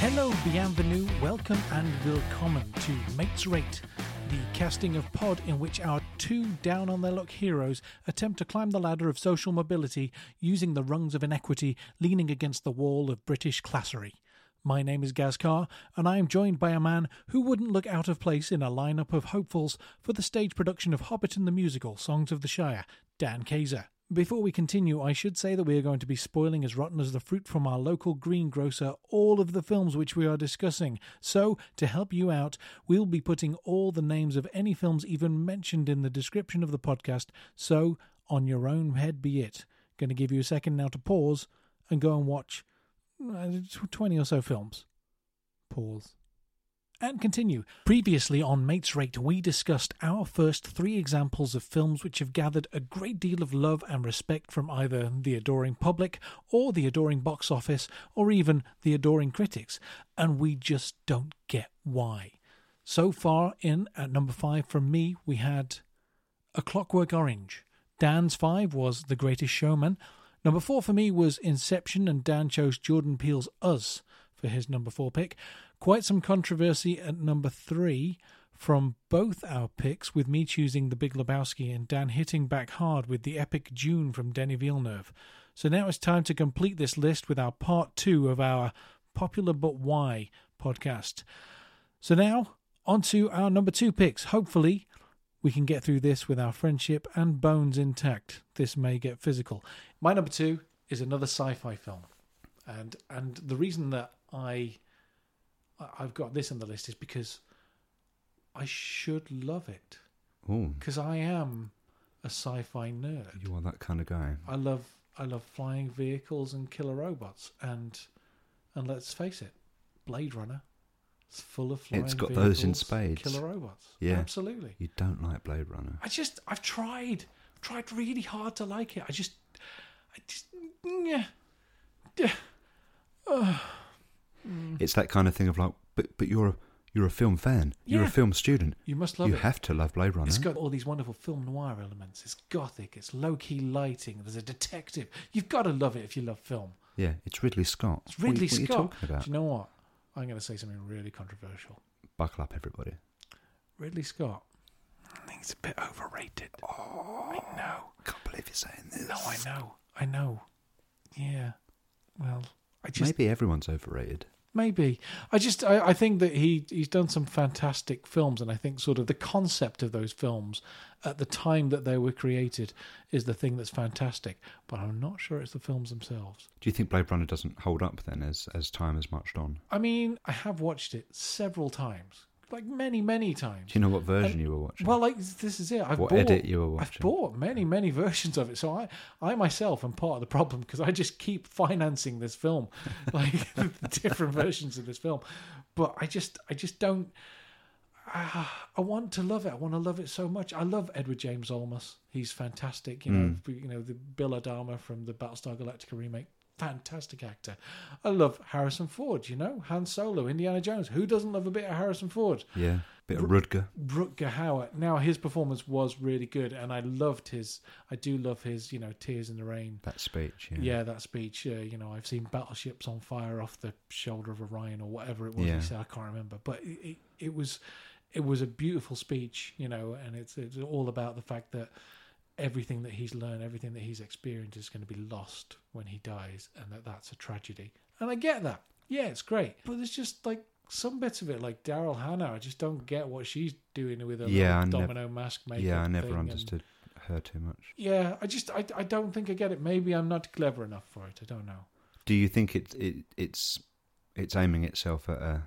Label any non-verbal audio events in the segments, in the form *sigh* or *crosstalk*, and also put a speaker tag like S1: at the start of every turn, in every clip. S1: Hello, bienvenue, welcome, and willkommen to Mates Rate, the casting of Pod in which our two down on their luck heroes attempt to climb the ladder of social mobility using the rungs of inequity leaning against the wall of British classery. My name is Gazkar, and I am joined by a man who wouldn't look out of place in a lineup of hopefuls for the stage production of Hobbiton the Musical Songs of the Shire, Dan Kayser. Before we continue, I should say that we are going to be spoiling as rotten as the fruit from our local greengrocer all of the films which we are discussing. So, to help you out, we'll be putting all the names of any films even mentioned in the description of the podcast, so on your own head be it. Going to give you a second now to pause and go and watch uh, 20 or so films. Pause. And continue. Previously on Mates Rate, we discussed our first three examples of films which have gathered a great deal of love and respect from either the adoring public, or the adoring box office, or even the adoring critics, and we just don't get why. So far, in at number five from me, we had a Clockwork Orange. Dan's five was The Greatest Showman. Number four for me was Inception, and Dan chose Jordan Peele's Us for his number four pick. Quite some controversy at number three from both our picks, with me choosing The Big Lebowski and Dan hitting back hard with the epic June from Denny Villeneuve. So now it's time to complete this list with our part two of our Popular But Why podcast. So now, on to our number two picks. Hopefully, we can get through this with our friendship and bones intact. This may get physical. My number two is another sci-fi film, and and the reason that I I- I've got this on the list is because I should love it
S2: Oh,
S1: because I am a sci-fi nerd.
S2: you are that kind of guy.
S1: I love I love flying vehicles and killer robots and and let's face it, Blade Runner. It's full of flying
S2: It's got those in
S1: vehicles and
S2: spades.
S1: Killer robots.
S2: Yeah.
S1: Absolutely.
S2: You don't like Blade Runner.
S1: I just I've tried tried really hard to like it. I just I just yeah. Yeah. Mm.
S2: It's that kind of thing of like, but but you're a you're a film fan. You're
S1: Yeah.
S2: a film student.
S1: You must love
S2: you
S1: it.
S2: have to love Blade Runner.
S1: It's got all these wonderful film noir elements. It's gothic, it's low key lighting, there's a detective. You've got to love it if you love film.
S2: yeah, it's Ridley Scott.
S1: It's Ridley
S2: what, are you-
S1: Scott.
S2: What are you talking about?
S1: Do you know what? I'm going to say something really controversial.
S2: Buckle up, everybody.
S1: Ridley Scott. I think it's a bit overrated. I know.
S2: Can't believe you're saying this.
S1: No, I know. I know. Yeah. Well, I just
S2: Maybe everyone's overrated.
S1: Maybe. I just I, I think that he he's done some fantastic films and I think sort of the concept of those films at the time that they were created is the thing that's fantastic. But I'm not sure it's the films themselves.
S2: Do you think Blade Runner doesn't hold up then as as time has marched on?
S1: I mean, I have watched it several times. Like many, many
S2: Do
S1: times.
S2: you know what
S1: Um,
S2: version you were watching?
S1: Well, like this is it. I've
S2: What
S1: bought,
S2: edit you were
S1: I've
S2: watching?
S1: bought many, many *laughs* versions of it. So I, I myself am part of the problem because I just keep financing this film, *laughs* like the different versions of this film. But I just, I just don't. ah, I want to love it. I want to love it so much. I love Edward James Olmos. He's fantastic. You
S2: Hmm.
S1: know, you know the Bill Adama from the Battlestar Galactica remake. Fantastic actor. I love Harrison Ford. You know, Han Solo, Indiana Jones. Who doesn't love a bit of Harrison Ford?
S2: yeah, bit of Rudger.
S1: Rutger Hauer. Now his performance was really good, and I loved his. I do love his, you know, tears in the rain.
S2: That speech. Yeah.
S1: Yeah, that speech. Uh, you know, I've seen battleships on fire off the shoulder of Orion or whatever it was.
S2: Yeah.
S1: He said I can't remember, but it, it, it was, it was a beautiful speech. You know, and it's it's all about the fact that everything that he's learned, everything that he's experienced, is going to be lost when he dies, and that that's a tragedy. And I get that. Yeah, it's great, but there's just like. Some bits of it, like Daryl Hannah, I just don't get what she's doing with her
S2: Yeah,
S1: little
S2: I nev-
S1: domino mask
S2: Yeah,
S1: making.
S2: I
S1: um,
S2: never understood her too much.
S1: yeah, I just I, I don't think I get it. Maybe I'm not clever enough for it. I don't know.
S2: Do you think it, it it's it's aiming itself at a,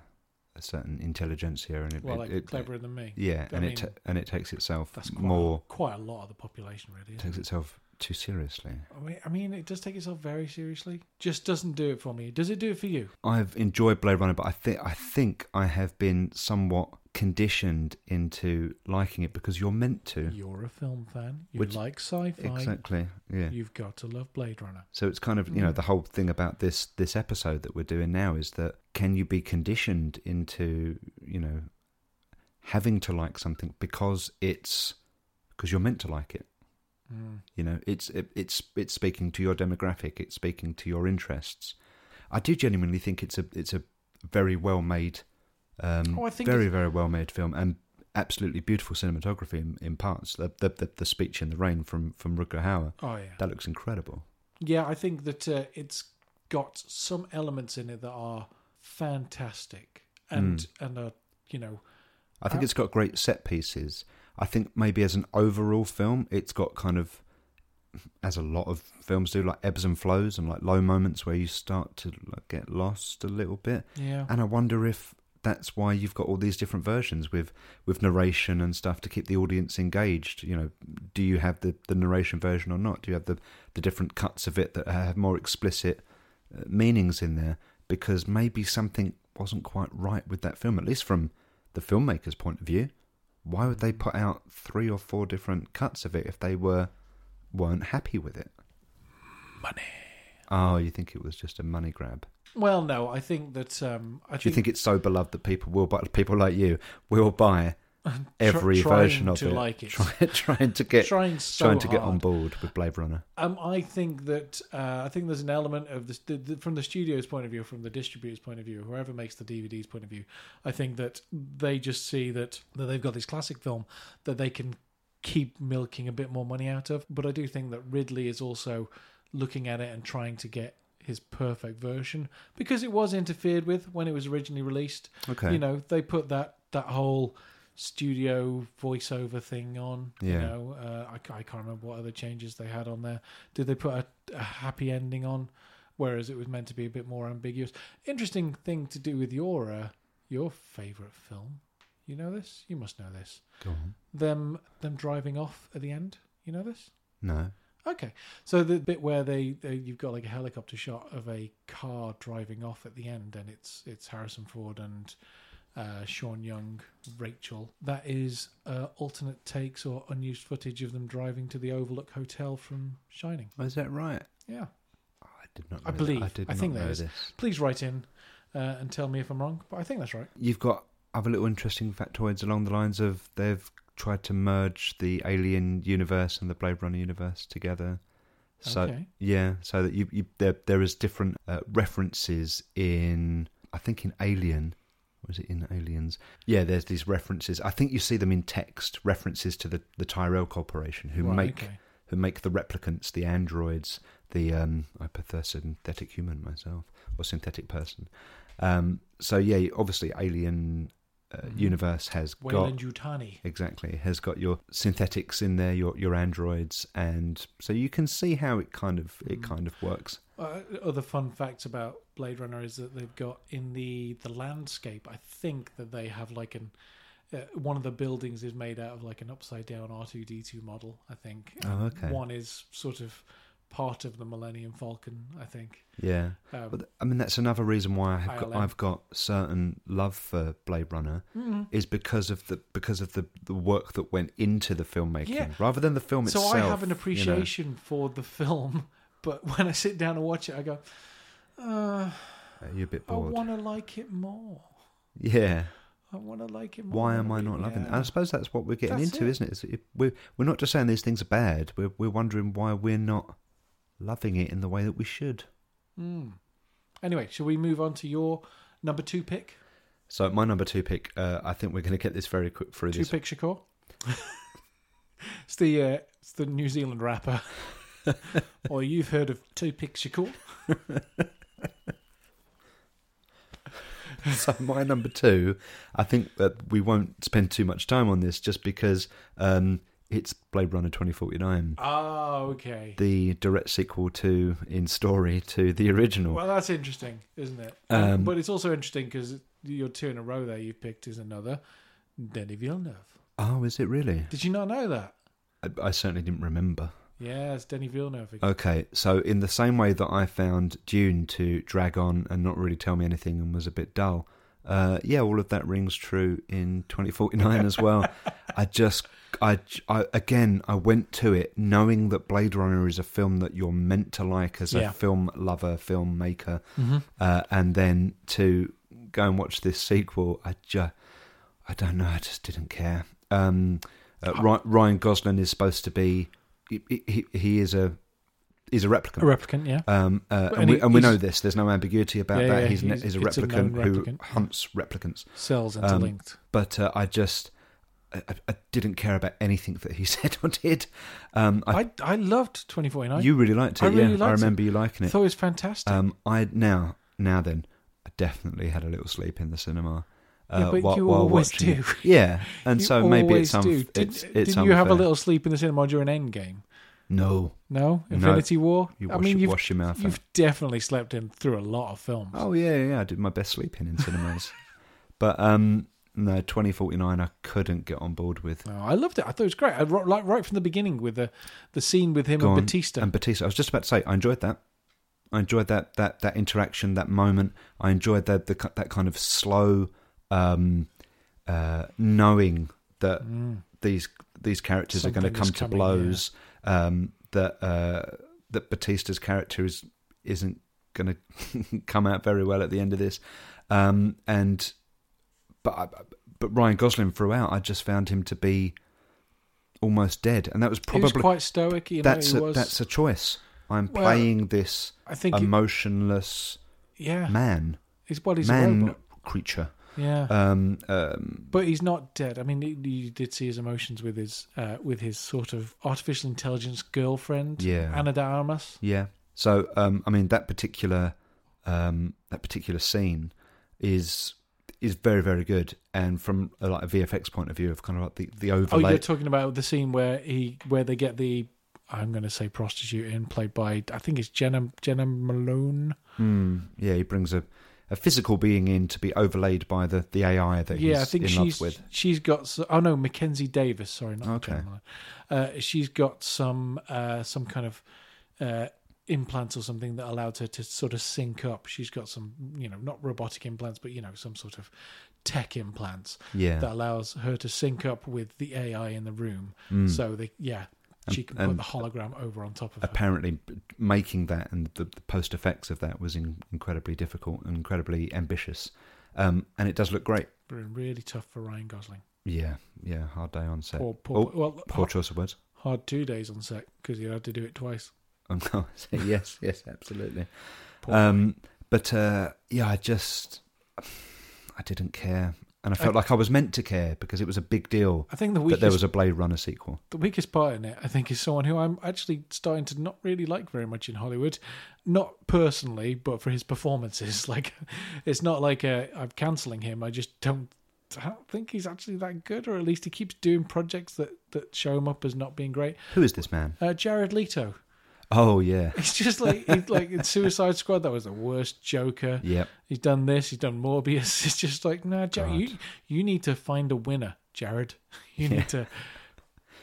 S2: a certain intelligence here, and it,
S1: Well,
S2: it,
S1: like
S2: it-
S1: cleverer than me.
S2: yeah,
S1: I
S2: and
S1: mean,
S2: it ta- and it takes itself
S1: That's quite,
S2: more
S1: quite a lot of the population, really. Isn't
S2: takes
S1: it?
S2: itself too seriously.
S1: I mean, I mean, it does take itself very seriously. Just doesn't do it for me. Does it do it for you?
S2: I've enjoyed Blade Runner, but I think I think I have been somewhat conditioned into liking it because you're meant to.
S1: You're a film fan. You
S2: Which-
S1: like sci-fi.
S2: Exactly. Yeah.
S1: You've got to love Blade Runner.
S2: So it's kind of you know
S1: Mm.
S2: the whole thing about this this episode that we're doing now is that can you be conditioned into you know having to like something because it's because you're meant to like it
S1: Mm.
S2: you know it's it, it's it's speaking to your demographic it's speaking to your interests I do genuinely think it's a it's a very well made, um,
S1: Oh, I think
S2: very very well made film, and absolutely beautiful cinematography in, in parts. The, the the the speech in the rain from from Rutger Hauer
S1: Oh yeah.
S2: that looks incredible.
S1: Yeah, I think that uh, it's got some elements in it that are fantastic and
S2: Mm.
S1: and are you know
S2: I think it's got great set pieces. I think maybe as an overall film, it's got kind of, as a lot of films do, like ebbs and flows and like low moments where you start to like get lost a little bit.
S1: yeah
S2: And I wonder if that's why you've got all these different versions with with narration and stuff to keep the audience engaged. You know, do you have the the narration version or not? Do you have the the different cuts of it that have more explicit uh, meanings in there? Because maybe something wasn't quite right with that film, at least from the filmmaker's point of view. Why would they put out three or four different cuts of it if they were weren't happy with it?
S1: money.
S2: Oh, you think it was just a money grab?
S1: Well, no, I think that um, I
S2: Do you think it's so beloved that people will buy? People like you will buy every
S1: trying
S2: version of
S1: to
S2: it,
S1: like it.
S2: *laughs* Try- trying to get
S1: trying so
S2: trying to get
S1: hard.
S2: on board with Blade Runner.
S1: Um, I think that uh, I think there's an element of this the, the, from the studio's point of view, from the distributor's point of view, whoever makes the DVD's point of view. I think that they just see that that they've got this classic film that they can keep milking a bit more money out of. But I do think that Ridley is also looking at it and trying to get his perfect version because it was interfered with when it was originally released.
S2: Okay,
S1: You know, they put that that whole studio voiceover thing on. You
S2: Yeah.
S1: know, uh, I, ca- I can't remember what other changes they had on there. Did they put a, a happy ending on, whereas it was meant to be a bit more ambiguous? Interesting thing to do with your uh, your favorite film. You know this? You must know this.
S2: go on.
S1: Them them driving off at the end. You know this?
S2: No,
S1: Okay, so the bit where they, they you've got like a helicopter shot of a car driving off at the end, and it's it's Harrison Ford and uh, Sean Young, Rachel. That is uh, alternate takes or unused footage of them driving to the Overlook Hotel from Shining.
S2: oh, is that right?
S1: Yeah,
S2: Oh, I did not.
S1: I
S2: know-
S1: believe.
S2: I did
S1: I
S2: not
S1: think that
S2: know
S1: is.
S2: this.
S1: please write in uh, and tell me if I'm wrong, but I think that's right.
S2: You've got other little interesting factoids along the lines of they've tried to merge the Alien universe and the Blade Runner universe together. So
S1: Okay.
S2: yeah, so that you, you there there is different uh, references in I think in Alien. Was it in Aliens? Yeah, there's these references. I think you see them in text references to the, the Tyrell Corporation, who
S1: Right,
S2: make
S1: okay.
S2: who make the replicants, the androids, the um, I prefer synthetic human myself or synthetic person. Um, so yeah, obviously, Alien uh,
S1: Mhm.
S2: universe has got
S1: Wayland Yutani.
S2: Exactly. It Has got your synthetics in there, your your androids, and so you can see how it kind of it
S1: Mm.
S2: kind of works.
S1: Uh, other fun facts about Blade Runner is that they've got in the the landscape. I think that they have like an uh, one of the buildings is made out of like an upside down R two D two model. I think.
S2: Oh, okay.
S1: One is sort of part of the Millennium Falcon. I think.
S2: Yeah.
S1: Um,
S2: But I mean that's another reason why I have got,
S1: ILM.
S2: I've got certain love for Blade Runner
S1: mm.
S2: is because of the because of the, the work that went into the filmmaking
S1: Yeah.
S2: rather than the film
S1: so
S2: itself.
S1: I have an
S2: you know.
S1: appreciation for the film, *laughs* but when I sit down and watch it, I go, uh,
S2: Uh, you're a bit
S1: I
S2: bored.
S1: want to like it more.
S2: Yeah.
S1: I want to like it more.
S2: Why am I not loving it?
S1: Yeah.
S2: And I suppose that's what we're getting
S1: That's
S2: into,
S1: it.
S2: is isn't it? Is it- We're we're not just saying these things are bad. We're we're wondering why we're not loving it in the way that we should.
S1: Mm. Anyway, shall we move on to your number two pick?
S2: So my number two pick, uh, I think we're going to get this very quick through
S1: Two
S2: this.
S1: pick Shakur. *laughs* it's the uh, it's the New Zealand rapper. *laughs* or you've heard of Two Pick Shakur?
S2: *laughs* so my number two, I think that we won't spend too much time on this, just because um, it's Blade Runner twenty forty nine,
S1: Oh, okay.
S2: the direct sequel to in story to the original.
S1: Well, that's interesting, isn't it?
S2: Um,
S1: but it's also interesting because your two in a row there you've picked is another Denis Villeneuve.
S2: oh, is it really?
S1: Did you not know that?
S2: I, I certainly didn't remember.
S1: Yes, Denis Villeneuve. again.
S2: Okay, so in the same way that I found Dune to drag on and not really tell me anything and was a bit dull, uh, yeah, all of that rings true in 2049 as well. I just, I, I, again, I went to it knowing that Blade Runner is a film that you're meant to like as
S1: Yeah.
S2: a film lover, filmmaker,
S1: Mm-hmm.
S2: uh, and then to go and watch this sequel, I just, I don't know, I just didn't care. Um, uh, Ry- Ryan Gosling is supposed to be, he, he, he is a is a
S1: A
S2: replicant.
S1: replicant, yeah.
S2: Um, uh,
S1: But-
S2: and,
S1: and
S2: we,
S1: he-
S2: and we
S1: he's-
S2: know this. There's no ambiguity about
S1: Yeah,
S2: that.
S1: yeah,
S2: he's,
S1: he's-
S2: he's, he's a
S1: it's a known
S2: replicant who
S1: replicant.
S2: hunts replicants.
S1: Cells
S2: um,
S1: interlinked.
S2: But uh, I just I, I- I didn't care about anything that he *laughs* said or did. Um, I,
S1: I, I loved 2049.
S2: you really liked it.
S1: I really
S2: yeah,
S1: liked
S2: I
S1: it.
S2: remember you liking it.
S1: thought it was fantastic.
S2: Um, I now now then, I definitely had a little sleep in the cinema. uh,
S1: Yeah, but you always
S2: watching
S1: do.
S2: It. *laughs* Yeah, and
S1: You
S2: so maybe
S1: always
S2: it's some.
S1: do. Did,
S2: it's, it's
S1: didn't you have a
S2: unfair.
S1: little sleep in the cinema during Endgame?
S2: No,
S1: No,
S2: No.
S1: Infinity War.
S2: you
S1: I
S2: wash,
S1: mean, you've
S2: wash your mouth. out.
S1: you've definitely slept in through a lot of films.
S2: Oh yeah, yeah, yeah, I did my best sleeping
S1: *laughs*
S2: in cinemas, but um, no, twenty forty nine, I couldn't get on board with.
S1: No, I loved it. I thought it was great. I, ro- like right from the beginning with the the scene with him
S2: Go on.
S1: and Batista.
S2: And Batista, I was just about to say, I enjoyed that. I enjoyed that that that interaction, that moment. I enjoyed that the ki- that kind of slow um, uh, knowing that
S1: Mm.
S2: these these characters are going to
S1: Something is
S2: come
S1: coming,
S2: to blows. Um, that uh, that Batista's character is isn't going to *laughs* come out very well at the end of this. Um, and but I- but Ryan Gosling throughout, I just found him to be almost dead, and that was
S1: he was
S2: probably
S1: quite stoic. You know,
S2: that's
S1: he
S2: a,
S1: was.
S2: that's a choice. I'm
S1: Well,
S2: playing this
S1: I think. he-
S2: emotionless
S1: yeah,
S2: man,
S1: he's well, he's a
S2: man
S1: robot.
S2: creature.
S1: Yeah,
S2: Um, um,
S1: but he's not dead. I mean, you- you did see his emotions with his uh, with his sort of artificial intelligence girlfriend,
S2: Yeah.
S1: Anna de Armas.
S2: Yeah. So um, I mean that particular um, that particular scene is is very very good, and from a, like a VFX point of view of kind of like the the
S1: Oh,
S2: overlay.
S1: you're talking about the scene where he where they get the I'm going to say prostitute in played by I think it's Jenna Jenna Malone.
S2: Hmm. yeah, he brings a, a physical being in to be overlaid by the, the AI that
S1: yeah,
S2: he's
S1: I think
S2: in
S1: she's
S2: love with.
S1: she's got s- oh no Mackenzie Davis sorry not
S2: Okay.
S1: Jenna Malone. Uh, she's got some uh, some kind of uh, implants or something that allowed her to sort of sync up. She's got some you know not robotic implants but you know some sort of tech implants
S2: Yeah,
S1: that allows her to sync up with the AI in the room.
S2: Mm.
S1: So they yeah. She
S2: And-
S1: can put
S2: and
S1: the hologram over on top of her.
S2: apparently making that and the, the post effects of that was in, incredibly difficult, and incredibly ambitious, um, and it does look great.
S1: been really tough for Ryan Gosling.
S2: Yeah, yeah, hard day on set.
S1: Poor, poor, well,
S2: Poor
S1: hard,
S2: choice of words.
S1: hard two days on set because he had to do it twice.
S2: Um, yes, yes, absolutely.
S1: Poor
S2: Um, but uh, yeah, I just I didn't care, and I felt
S1: I-
S2: like I was meant to care because it was a big deal
S1: I think the
S2: that
S1: weakest,
S2: there was a Blade Runner sequel.
S1: the weakest part in it, I think, is someone who I'm actually starting to not really like very much in Hollywood. Not personally, but for his performances. *laughs* Like, it's not like uh, I'm cancelling him. I just don't. I don't think he's actually that good, or at least he keeps doing projects that, that show him up as not being great.
S2: Who is this man?
S1: Uh, Jared Leto. *laughs*
S2: Oh yeah,
S1: He's just like he's like in Suicide Squad. That was the worst Joker.
S2: yep.
S1: He's done this. He's done Morbius. *laughs* It's just like, no, Jared,
S2: God.
S1: you you need to find a winner, Jared. *laughs* You need to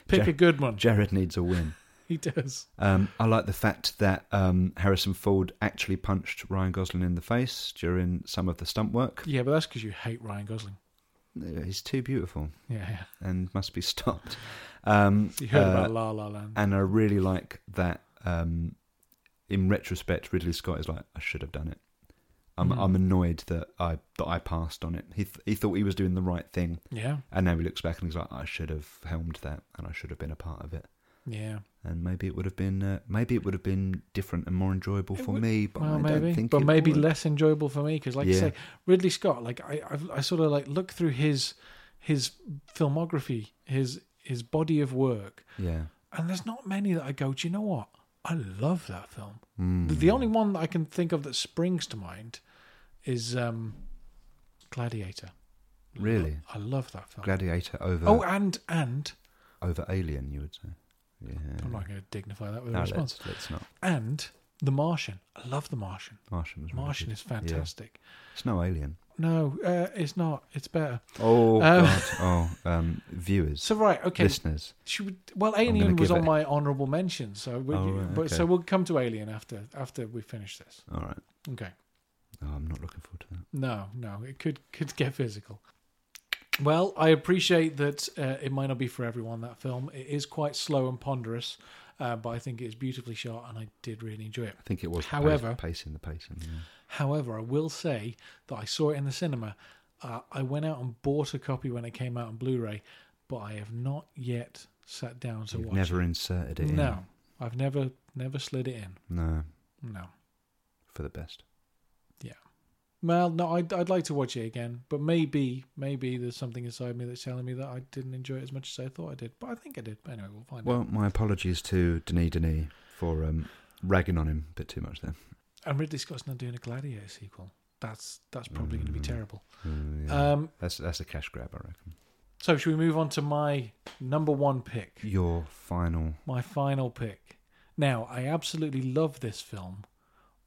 S1: pick
S2: Jar-
S1: a good one.
S2: Jared needs a win.
S1: he does.
S2: Um, I like the fact that um, Harrison Ford actually punched Ryan Gosling in the face during some of the stunt work.
S1: Yeah, but that's because you hate Ryan Gosling.
S2: He's too beautiful
S1: Yeah, yeah.
S2: and must be stopped. Um,
S1: you heard
S2: uh,
S1: about La La Land.
S2: and I really like that. Um, in retrospect, Ridley Scott is like, I should have done it. I'm
S1: Mm.
S2: I'm annoyed that I that I passed on it. He th- he thought he was doing the right thing,
S1: Yeah,
S2: and now he looks back and he's like, I should have helmed that, and I should have been a part of it.
S1: yeah.
S2: And maybe it would have been uh, maybe it would have been different and more enjoyable
S1: It
S2: for
S1: would-
S2: me. But
S1: well,
S2: I don't
S1: maybe,
S2: think.
S1: but
S2: it
S1: maybe
S2: would.
S1: less enjoyable for me because, like you
S2: Yeah.
S1: say, Ridley Scott. Like I, I've, I sort of like look through his his filmography, his his body of work,
S2: Yeah.
S1: and there's not many that I go, do you know what? I love that film.
S2: Mm.
S1: The- The only one that I can think of that springs to mind is um, Gladiator.
S2: Really?
S1: I love that film.
S2: Gladiator over
S1: oh, and and
S2: over Alien, you would say. Yeah.
S1: I'm not going to dignify that with a
S2: no,
S1: response.
S2: let's, let's not.
S1: And The Martian. I love The Martian.
S2: Martian was really
S1: Martian
S2: good.
S1: is fantastic.
S2: It's no Alien.
S1: No, uh, it's not. It's better.
S2: Oh
S1: Um,
S2: God! Oh, um, viewers,
S1: So right, okay.
S2: listeners.
S1: Should we, well,
S2: gonna
S1: Alien was
S2: give
S1: on
S2: it-
S1: my honourable mention, so we,
S2: Oh, right,
S1: but
S2: okay.
S1: so we'll come to Alien after after we finish this.
S2: All right.
S1: Okay.
S2: Oh, I'm not looking forward to that.
S1: No, no, it could could get physical. Well, I appreciate that uh, it might not be for everyone. That film it is quite slow and ponderous, uh, but I think it is beautifully shot, and I did really enjoy it.
S2: I think it was. the pace-
S1: However-
S2: pacing the pacing. Yeah.
S1: However, I will say that I saw it in the cinema. Uh, I went out and bought a copy when it came out on Blu-ray, but I have not yet sat down to
S2: You've
S1: watch.
S2: never inserted
S1: it.
S2: it.
S1: No, I've never never slid it in.
S2: No,
S1: No.
S2: for the best.
S1: Well, no, I'd, I'd like to watch it again, but maybe maybe there's something inside me that's telling me that I didn't enjoy it as much as I thought I did. But I think I did. But anyway, we'll find out.
S2: Well, my apologies to Denis Denis for um, ragging on him a bit too much there.
S1: And Ridley Scott's not doing a Gladiator sequel. That's that's probably going to be
S2: Mm.
S1: terrible.
S2: Mm, yeah.
S1: Um,
S2: that's that's a cash grab, I reckon.
S1: so should we move on to my number one pick?
S2: Your final.
S1: my final pick. Now, I absolutely love this film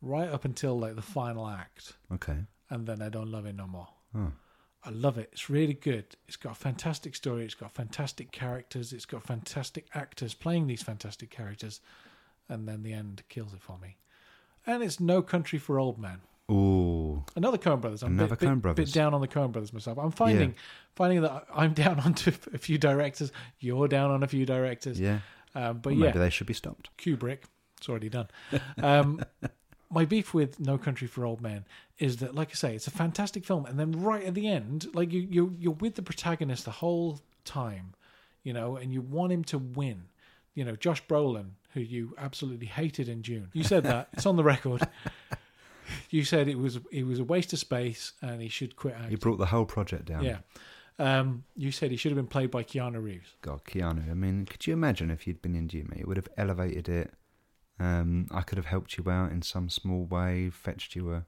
S1: right up until like the final act,
S2: Okay.
S1: and then I don't love it no more.
S2: Oh,
S1: I love it. It's really good. It's got a fantastic story. It's got fantastic characters. It's got fantastic actors playing these fantastic characters, and then the end kills it for me. And it's No Country for Old Men.
S2: Ooh,
S1: Another Coen Brothers. I'm a
S2: Another
S1: bit,
S2: Coen
S1: bit-
S2: Brothers.
S1: Bit down on the Coen Brothers myself. I'm finding finding that I- I'm down *laughs* onto a few directors. You're down on a few directors.
S2: yeah. Oh
S1: Um, but
S2: Well,
S1: yeah,
S2: Maybe they should be stopped.
S1: Kubrick. It's already done. Um, *laughs* my beef with No Country for Old Men is that, like I say, it's a fantastic film, and then right at the end, like you, you, you're with the protagonist the whole time, you know, and you want him to win. You know, Josh Brolin, who you absolutely hated in June. You said that. it's on the record. *laughs* You said it was it was a waste of space, and he should quit
S2: You
S1: acting.
S2: brought the whole project down.
S1: Yeah. Um, you said he should have been played by Keanu Reeves.
S2: God, Keanu. I mean, could you imagine if you'd been in Jimmy? It would have elevated it. Um, I could have helped you out in some small way, fetched you a.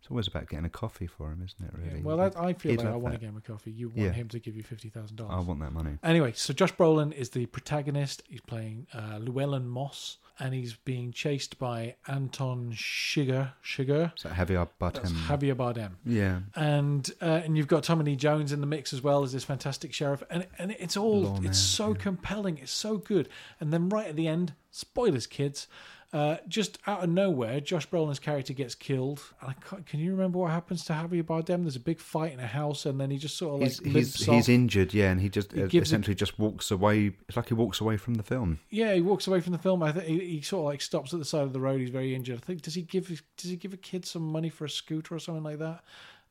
S2: It's always about getting a coffee for him, isn't it? Really.
S1: Yeah, well, that, I feel
S2: He'd
S1: like I
S2: love
S1: want to
S2: that.
S1: get him a coffee. You want
S2: Yeah.
S1: him to give you fifty thousand
S2: I
S1: dollars.
S2: want that money.
S1: Anyway, so Josh Brolin is the protagonist. He's playing uh, Llewellyn Moss, and he's being chased by Anton Chigurh. Chigurh.
S2: So Javier Bardem.
S1: That's Javier Bardem.
S2: yeah.
S1: And uh, and you've got Tommy Lee Jones in the mix as well as this fantastic sheriff, and and it's all
S2: Lawman,
S1: it's so
S2: yeah.
S1: compelling, it's so good. And then right at the end, spoilers, kids, uh, just out of nowhere, Josh Brolin's character gets killed. And I can't, can you remember what happens to Javier Bardem? There's a big fight in a house, and then he just sort of like
S2: He's,
S1: limps
S2: he's,
S1: off.
S2: he's injured, yeah, and he just
S1: He
S2: uh,
S1: gives it-
S2: essentially just walks away. It's like he walks away from the film.
S1: Yeah, he walks away from the film. I think he, he sort of like stops at the side of the road. He's very injured. I think does he give does he give a kid some money for a scooter or something like that,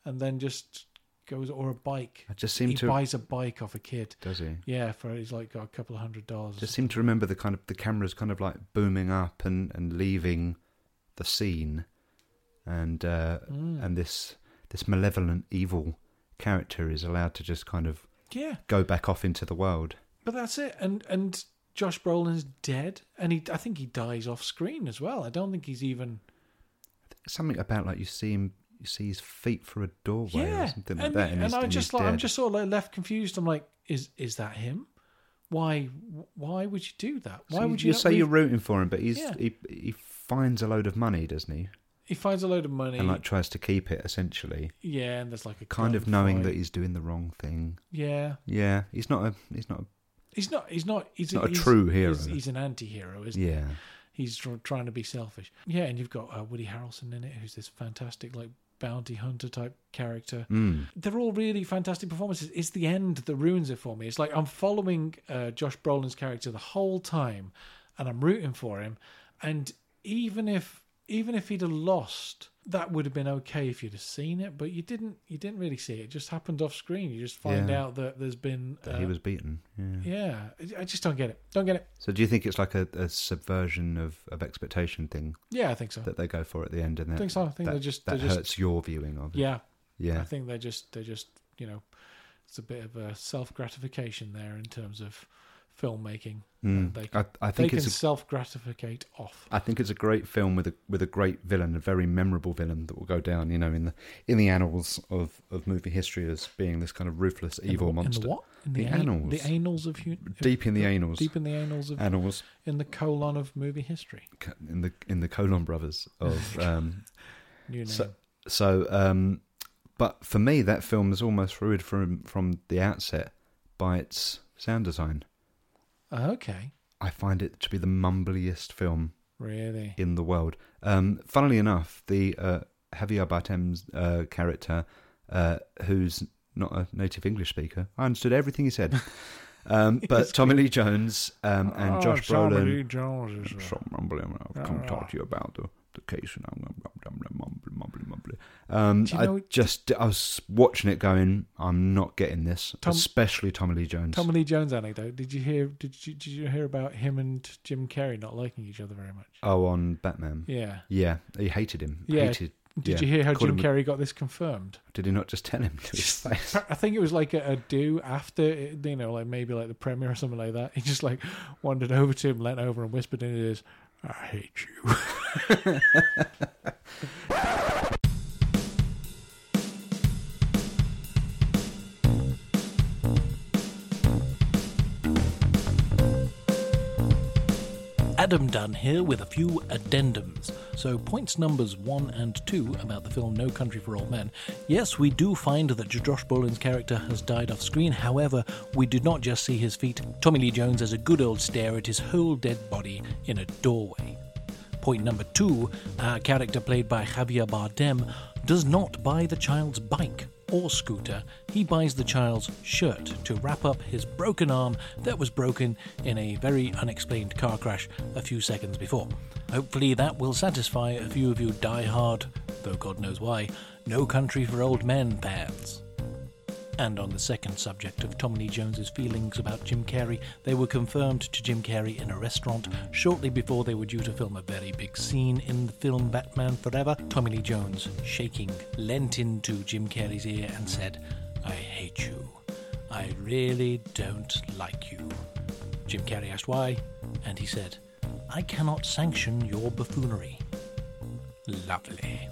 S1: and then just goes or a bike.
S2: I just
S1: He
S2: seem to
S1: buys a bike off a kid.
S2: does he?
S1: Yeah, for he's like got a couple of hundred dollars.
S2: Just seem to remember the kind of the cameras kind of like booming up and and leaving the scene, and uh,
S1: Mm.
S2: and this this malevolent evil character is allowed to just kind of
S1: yeah,
S2: go back off into the world.
S1: but that's it. And and Josh Brolin's dead, and he I think he dies off screen as well. I don't think he's even
S2: Something about like you see him, you see his feet through a doorway
S1: yeah.
S2: or something like
S1: and
S2: that,
S1: and
S2: and, he's,
S1: I
S2: and
S1: just
S2: he's
S1: like I'm
S2: dead.
S1: just sort of like left confused. I'm like, is is that him? Why why would you do that?
S2: So
S1: Why would you, not
S2: say
S1: leave
S2: you're rooting for him, but he's
S1: Yeah.
S2: he he finds a load of money, doesn't he?
S1: he finds a load of money.
S2: And like tries to keep it essentially,
S1: yeah, and there's like a
S2: kind of
S1: gunfight.
S2: knowing that he's doing the wrong thing.
S1: yeah,
S2: Yeah, he's not a he's not a,
S1: he's not. He's not. He's
S2: he's not a
S1: he's-
S2: true hero.
S1: He's, he's an anti-hero, isn't he?
S2: yeah,
S1: He's tr- trying to be selfish. Yeah, and you've got uh, Woody Harrelson in it, who's this fantastic like bounty hunter type character.
S2: mm.
S1: They're all really fantastic performances. It's the end that ruins it for me. It's like I'm following uh, Josh Brolin's character the whole time, and I'm rooting for him. And even if even if he'd have lost, that would have been okay if you'd have seen it. But you didn't. You didn't really see it. It just happened off screen. You just find
S2: Yeah.
S1: out that there's been.
S2: that
S1: uh,
S2: he was beaten. Yeah.
S1: Yeah, I- I just don't get it. Don't get it.
S2: So do you think it's like a, a subversion of, of expectation thing
S1: Yeah, I think so.
S2: that they go for at the end, and
S1: I
S2: that
S1: think so. I think
S2: that-
S1: they're just.
S2: that
S1: They're just.
S2: hurts your viewing of it?
S1: Yeah, I
S2: yeah.
S1: think they're just. They're just. You know, it's a bit of a self gratification there in terms of filmmaking.
S2: Mm.
S1: they
S2: I,
S1: can-
S2: I
S1: They
S2: think
S1: can
S2: it's a,
S1: self gratificate off.
S2: I think it's a great film with a with a great villain, a very memorable villain that will go down, you know, in the in the annals of, of movie history as being this kind of ruthless evil
S1: in the,
S2: monster,
S1: In the what? In the,
S2: The
S1: anal,
S2: annals.
S1: The anals of hu-
S2: deep in the annals,
S1: Deep in the annals of
S2: annals
S1: in the colon of movie history.
S2: in the in the Colon brothers
S1: *laughs*
S2: of um,
S1: New name.
S2: So- So, um, but for me, that film is almost ruined from from the outset by its sound design.
S1: Uh, okay,
S2: I find it to be the mumbliest film
S1: really.
S2: in the world. Um, funnily enough, the uh, Javier Bardem's uh, character, uh, who's not a native English speaker, I understood everything
S1: *laughs*
S2: he said. Um, but Tommy Lee Jones
S1: Ah,
S2: um, and
S1: Oh,
S2: Josh Brolin.
S1: Ah.
S2: So I'm rumbling. I've come talk to you about the, the case, and I'm going to mumble, mumble, mumble. Um,
S1: Do you
S2: I
S1: know-
S2: just I was watching it going, I'm not getting this,
S1: Tom-
S2: especially Tommy Lee Jones.
S1: Tommy Lee Jones anecdote. Did you hear? Did you, did you hear about him and Jim Carrey not liking each other very much?
S2: oh, on Batman.
S1: Yeah.
S2: Yeah, he hated him.
S1: Yeah.
S2: Hated.
S1: Did
S2: Yeah.
S1: you hear how
S2: Called
S1: Jim
S2: him-
S1: Carrey got this confirmed?
S2: Did he not just tell him to his
S1: *laughs*
S2: face?
S1: I think it was like a, a do after, it, you know, like maybe like the premiere or something like that. He just like wandered over to him, leant over, and whispered in his ears, "I hate you." Adam Dunn here with a few addendums. So, points numbers one and two about the film No Country for Old Men. Yes, we do find that Josh Brolin's character has died off screen. However, we did not just see his feet. Tommy Lee Jones has a good old stare at his whole dead body in a doorway. Point number two our character played by Javier Bardem does not buy the child's bike or scooter, he buys the child's shirt to wrap up his broken arm that was broken in a very unexplained car crash a few seconds before. Hopefully, that will satisfy a few of you die-hard, though God knows why, No Country for Old Men fans. And on the second subject of Tommy Lee Jones's feelings about Jim Carrey, they were confirmed to Jim Carrey in a restaurant shortly before they were due to film a very big scene in the film Batman Forever. Tommy Lee Jones, shaking, leant into Jim Carrey's ear and said, I hate you. I really don't like you. Jim Carrey asked why, and he said, I cannot sanction your buffoonery. Lovely.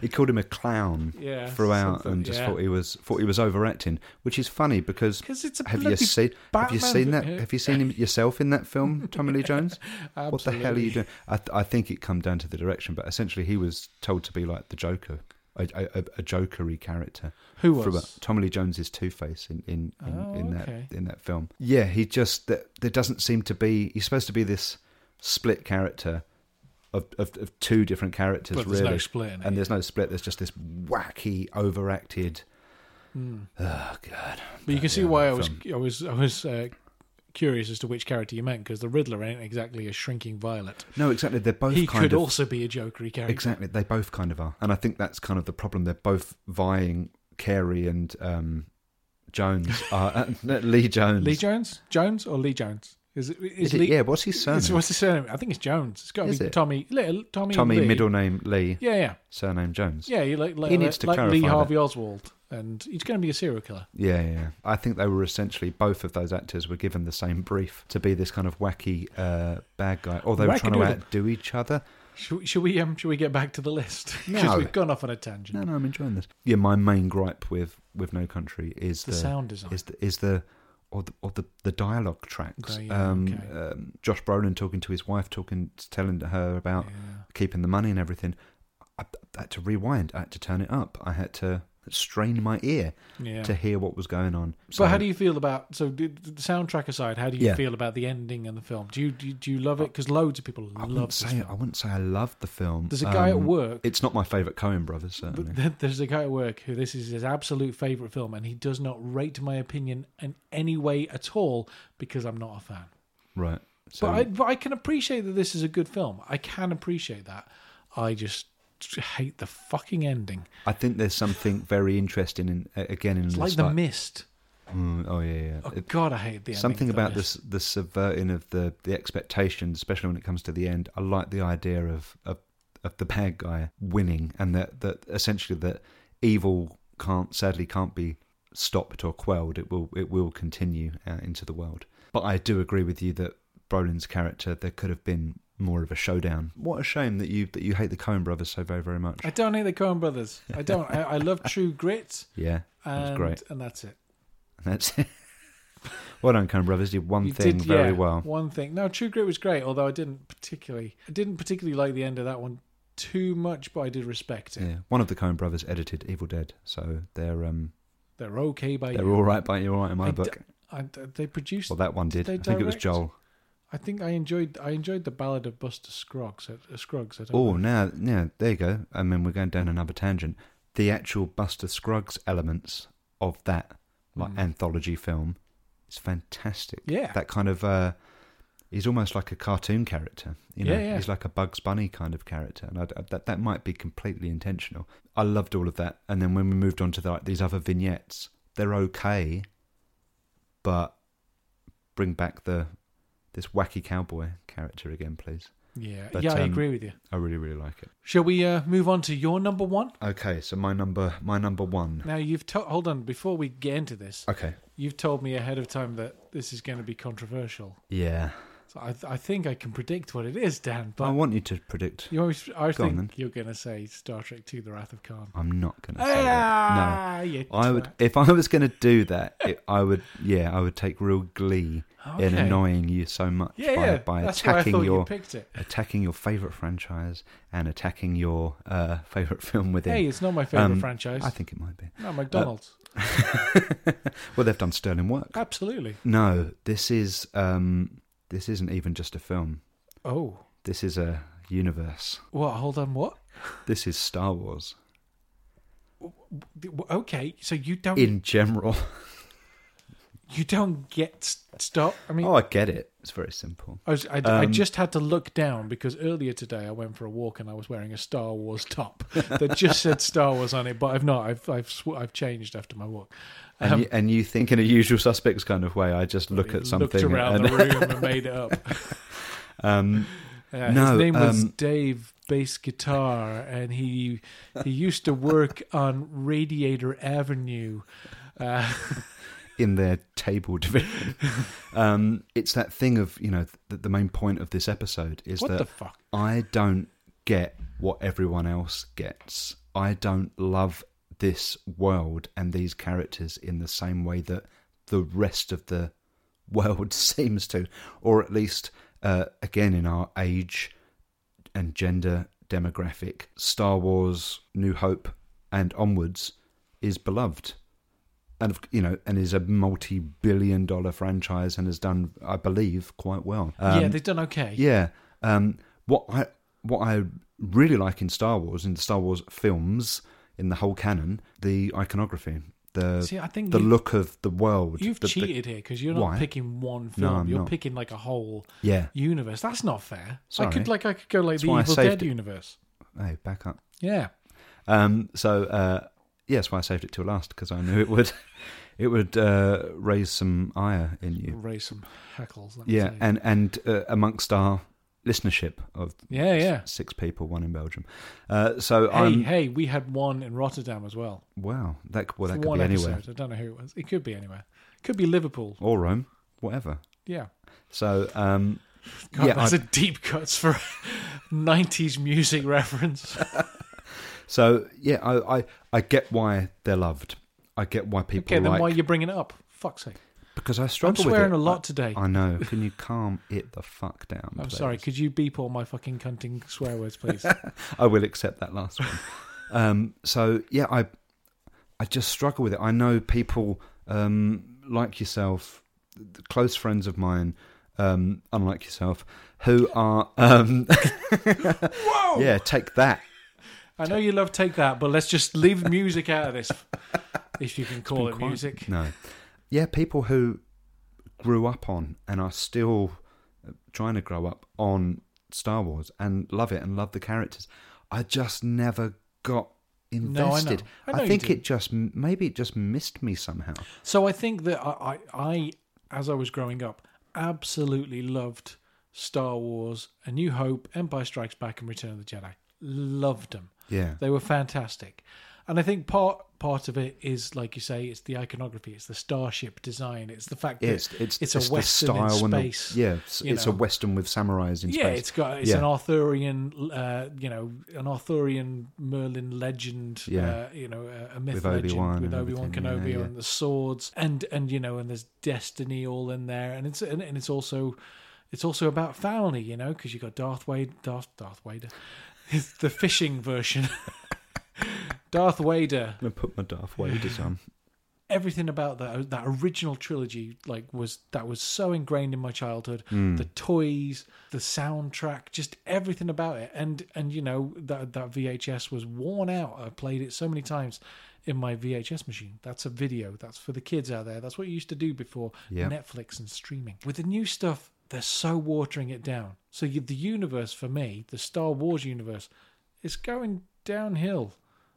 S2: He called him a clown
S1: Yeah,
S2: throughout,
S1: something,
S2: and just
S1: yeah.
S2: thought he was thought he was overacting, which is funny because
S1: 'Cause it's a
S2: have you
S1: bloody
S2: seen have you
S1: Batman
S2: seen that
S1: video.
S2: have you seen him yourself in that film, Tommy
S1: *laughs*
S2: Lee Jones? what the hell are you doing? I, th- I think it come down to the direction, but essentially he was told to be like the Joker, a, a, a- a jokery character.
S1: Who
S2: from
S1: was?
S2: a- Tommy Lee Jones's Two Face in in, in,
S1: Oh,
S2: in that
S1: okay.
S2: in that film? Yeah, he just that there doesn't seem to be. He's supposed to be this split character. Of, of, of two different characters,
S1: But
S2: really
S1: there's no split in it.
S2: and there's no split. There's just this wacky, overacted.
S1: Hmm.
S2: Oh god!
S1: But you can see
S2: Yeah,
S1: why I was
S2: film.
S1: I was I was uh, curious as to which character you meant because the Riddler ain't exactly a shrinking violet.
S2: No, exactly. They're both
S1: He
S2: kind
S1: could
S2: of
S1: also be a jokery character.
S2: exactly. They both kind of are, and I think that's kind of the problem. They're both vying. Carey and um, Jones, uh, *laughs* Lee Jones.
S1: Lee Jones, Jones or Lee Jones? Is it is,
S2: Is it,
S1: Lee?
S2: yeah, what's his surname?
S1: it's- what's his surname? I think it's Jones. It's got to
S2: Is
S1: be
S2: it?
S1: Tommy. Little Tommy.
S2: Tommy,
S1: Lee.
S2: middle name Lee,
S1: Yeah, yeah,
S2: surname Jones.
S1: yeah. You like like,
S2: He needs to
S1: like Lee
S2: clarify that.
S1: Harvey Oswald, and he's going to be a serial killer.
S2: Yeah, yeah, yeah. I think they were essentially both of those actors were given the same brief to be this kind of wacky uh, bad guy, or they were trying to
S1: Wackadoodle.
S2: outdo each other.
S1: Should, we- should we um should we get back to the
S2: *laughs*
S1: list?
S2: No.
S1: Because we've gone off on a tangent.
S2: No, no, I'm enjoying this. Yeah, my main gripe with with No Country is
S1: The sound design.
S2: is the, is the or the or the, the dialogue tracks.
S1: Oh, yeah,
S2: um,
S1: okay.
S2: um, Josh Brolin talking to his wife, talking, telling her about keeping the money and everything. I, I had to rewind. I had to turn it up. I had to strain my ear
S1: yeah.
S2: to hear what was going on. So
S1: But how do you feel about so the the soundtrack aside? How do you
S2: Yeah.
S1: feel about the ending and the film? Do you do you, do you love it? Because loads of people
S2: I
S1: love
S2: wouldn't
S1: this
S2: say
S1: film.
S2: I wouldn't say I love the film.
S1: There's a guy at
S2: Um,
S1: work.
S2: It's not my favorite Cohen brothers certainly.
S1: but There's a guy at work who this is his absolute favorite film, and he does not rate my opinion in any way at all because I'm not a fan.
S2: right. So
S1: but I but I can appreciate that this is a good film. I can appreciate that. I just hate the fucking ending.
S2: I think there's something very interesting in again in
S1: It's
S2: this
S1: like The
S2: like-
S1: Mist.
S2: Mm, oh yeah, yeah.
S1: Oh
S2: It-
S1: God, I hate the ending.
S2: something
S1: of
S2: about
S1: The Mist.
S2: this the subverting of the the expectations, especially when it comes to the end. I like the idea of of, of the bad guy winning, and that that essentially that evil can't sadly can't be stopped or quelled. It will it will continue out into the world. But I do agree with you that Brolin's character there could have been more of a showdown. What a shame that you that you hate the Coen brothers so very very much.
S1: I don't hate the Coen Brothers. I don't. I, I love True
S2: *laughs*
S1: Grit.
S2: Yeah,
S1: And,
S2: that was great.
S1: and that's it.
S2: That's *laughs* it. well done, Coen brothers. You did one thing very
S1: yeah,
S2: well.
S1: One thing. No, True Grit was great, although I didn't particularly, I didn't particularly like the end of that one too much, but I did respect it.
S2: Yeah, one of the Coen brothers edited Evil Dead, so they're um
S1: They're okay by
S2: they're
S1: you.
S2: all right by you, all right in my
S1: I
S2: book.
S1: Oh, d- I d- they produced.
S2: well, that one did.
S1: they
S2: I think it was
S1: direct?
S2: Joel.
S1: I think I enjoyed. I enjoyed the Ballad of Buster Scruggs. uh, Scruggs. I don't
S2: Oh,
S1: know.
S2: now yeah, there you go. I mean, we're going down another tangent. The actual Buster Scruggs elements of that like
S1: Mm.
S2: anthology film is fantastic.
S1: Yeah.
S2: that kind of uh, he's almost like a cartoon character. You know,
S1: Yeah, yeah.
S2: he's like a Bugs Bunny kind of character, and I, I- that that might be completely intentional. I loved all of that, and then when we moved on to the, like these other vignettes, they're okay, but bring back the this wacky cowboy character again, please.
S1: Yeah,
S2: But,
S1: yeah, I
S2: um,
S1: agree with you.
S2: I really really like it.
S1: Shall we uh, move on to your number one?
S2: Okay, so my number my number one.
S1: Now you've to- hold on before we get into this.
S2: Okay,
S1: You've told me ahead of time that this is going to be controversial,
S2: yeah.
S1: so I, I think I can predict what it is, Dan.
S2: I
S1: But
S2: want you to predict.
S1: you always, I
S2: Oh, Go on,
S1: think
S2: then.
S1: you're going to say Star Trek Two: The Wrath of Khan.
S2: I'm not going to say that. No.
S1: Ah, you
S2: I would,
S1: twat.
S2: if I was going to do that, it, I would, yeah, I would take real glee in
S1: Okay.
S2: annoying you so much
S1: Yeah,
S2: by,
S1: yeah.
S2: by
S1: That's why I
S2: attacking
S1: thought you
S2: your
S1: picked it.
S2: attacking your favorite franchise and attacking your uh, favorite film within.
S1: Hey, it's not my favorite
S2: Um,
S1: franchise.
S2: I think uh, it might be. *laughs*
S1: no, McDonald's.
S2: Well, they've done sterling work.
S1: Absolutely.
S2: No, this is um, this isn't even just a film.
S1: Oh,
S2: This is a universe.
S1: what? Hold on. What?
S2: This is Star Wars
S1: Okay, so you don't
S2: in general. *laughs*
S1: you don't get st- stop. I mean,
S2: Oh, I get it. It's very simple.
S1: I, was, I, I
S2: Um,
S1: just had to look down because earlier today I went for a walk and I was wearing a Star Wars top *laughs* that just said Star Wars on it, but I've not. I've I've, sw- I've changed after my walk.
S2: And, you, and you think in a usual suspects kind of way. I just look at something
S1: Um, Looked around
S2: and
S1: the room and made it up.
S2: *laughs* um,
S1: Uh,
S2: No,
S1: his name was
S2: um,
S1: Dave Bass Guitar, and he he used to work on Radiator Avenue. Uh,
S2: in their table *laughs* division. um, it's that thing of you know th- the main point of this episode is
S1: what
S2: that
S1: the fuck?
S2: I don't get what everyone else gets. I don't love this world and these characters in the same way that the rest of the *laughs* world seems to, or at least uh, again in our age and gender demographic, Star Wars, New Hope, and onwards is beloved and of- you know, and is a multi-billion-dollar franchise and has done, I believe, quite well. Um,
S1: yeah, they've done okay.
S2: yeah. Um, what I what I really like in Star Wars, in the Star Wars films, in the whole canon, the iconography, the
S1: See, I think
S2: the
S1: you-
S2: look of the world.
S1: You've
S2: the- the-
S1: cheated here because you're not
S2: Why?
S1: picking one
S2: No,
S1: film.
S2: I'm
S1: you're
S2: not.
S1: picking like a whole
S2: yeah.
S1: universe. That's not fair. I
S2: Sorry.
S1: could like I could go like
S2: That's
S1: the
S2: why I
S1: Evil
S2: saved
S1: Dead
S2: it.
S1: universe.
S2: Hey, back up.
S1: Yeah.
S2: Um, so uh, yeah, that's why I saved it till last because I knew it would *laughs* it would uh, raise some ire in you.
S1: Raise some hackles. let me
S2: Yeah,
S1: tell you.
S2: and and uh, amongst our listenership of
S1: yeah, yeah.
S2: six people, one in Belgium. Uh, so
S1: Hey,
S2: I'm
S1: hey, we had one in Rotterdam as well.
S2: wow. That well, that
S1: For
S2: could
S1: one
S2: be
S1: episode.
S2: anywhere
S1: I don't know who it was. It could be anywhere. Could be Liverpool.
S2: or Rome, whatever.
S1: Yeah.
S2: So um,
S1: God,
S2: yeah,
S1: that's
S2: I-
S1: a deep cuts for *laughs* 90s music reference.
S2: so yeah, I, I I get why they're loved. I get why people
S1: *laughs* Okay, then
S2: like
S1: why are you bringing it up? Fuck's sake.
S2: because I
S1: I'm
S2: struggle with
S1: swearing
S2: it.
S1: a lot
S2: I-
S1: today.
S2: I, know. Can you calm it the fuck down?
S1: I'm
S2: please?
S1: sorry. Could you beep all my fucking cunting swear words, please?
S2: I will accept that last one. um, so yeah, I I just struggle with it. I know people um, like yourself, th- close friends of mine, um, unlike yourself, who are um, *laughs*
S1: Whoa!
S2: yeah, take that.
S1: I know you love Take That, but let's just leave music out of this, if you can call it
S2: Quite-
S1: music.
S2: No. Yeah, people who grew up on and are still uh, trying to grow up on Star Wars and love it and love the characters. I just never got
S1: know.
S2: invested.
S1: I know you
S2: think
S1: didn't.
S2: it just maybe it just missed me somehow.
S1: So I think that I, I, I, as I was growing up, absolutely loved Star Wars, A New Hope, Empire Strikes Back, and Return of the Jedi. Loved them.
S2: Yeah.
S1: They were fantastic. And I think part part of it is, like you say, it's the iconography, it's the starship design, it's the fact that
S2: It's it's,
S1: it's
S2: just
S1: a
S2: the
S1: western in
S2: style and the-
S1: space.
S2: yeah, it's,
S1: you
S2: it's a
S1: know.
S2: western with samurais in
S1: yeah,
S2: space.
S1: it's got it's
S2: Yeah.
S1: an Arthurian, uh, you know, an Arthurian Merlin legend.
S2: Yeah.
S1: uh, you know, a- a myth
S2: With
S1: legend
S2: Obi-Wan
S1: with
S2: and
S1: Obi Wan
S2: everything, yeah,
S1: Kenobi
S2: yeah.
S1: and the swords, and and you know, and there's destiny all in there, and it's and, and it's also. It's also about family, you know, because you got Darth Wade, Darth Darth Vader, *laughs* It's the fishing version. *laughs* Darth Vader,
S2: I'm gonna put my Darth
S1: *laughs*
S2: Waders on.
S1: everything about that that original trilogy like was that was so ingrained in my childhood the toys the soundtrack just everything about it and and you know that that VHS was worn out i played it so many times in my VHS machine that's a video that's for the kids out there that's what you used to do before
S2: Yeah.
S1: Netflix and streaming with the new stuff they're so watering it down. So you, the universe for me, the Star Wars universe, is going downhill.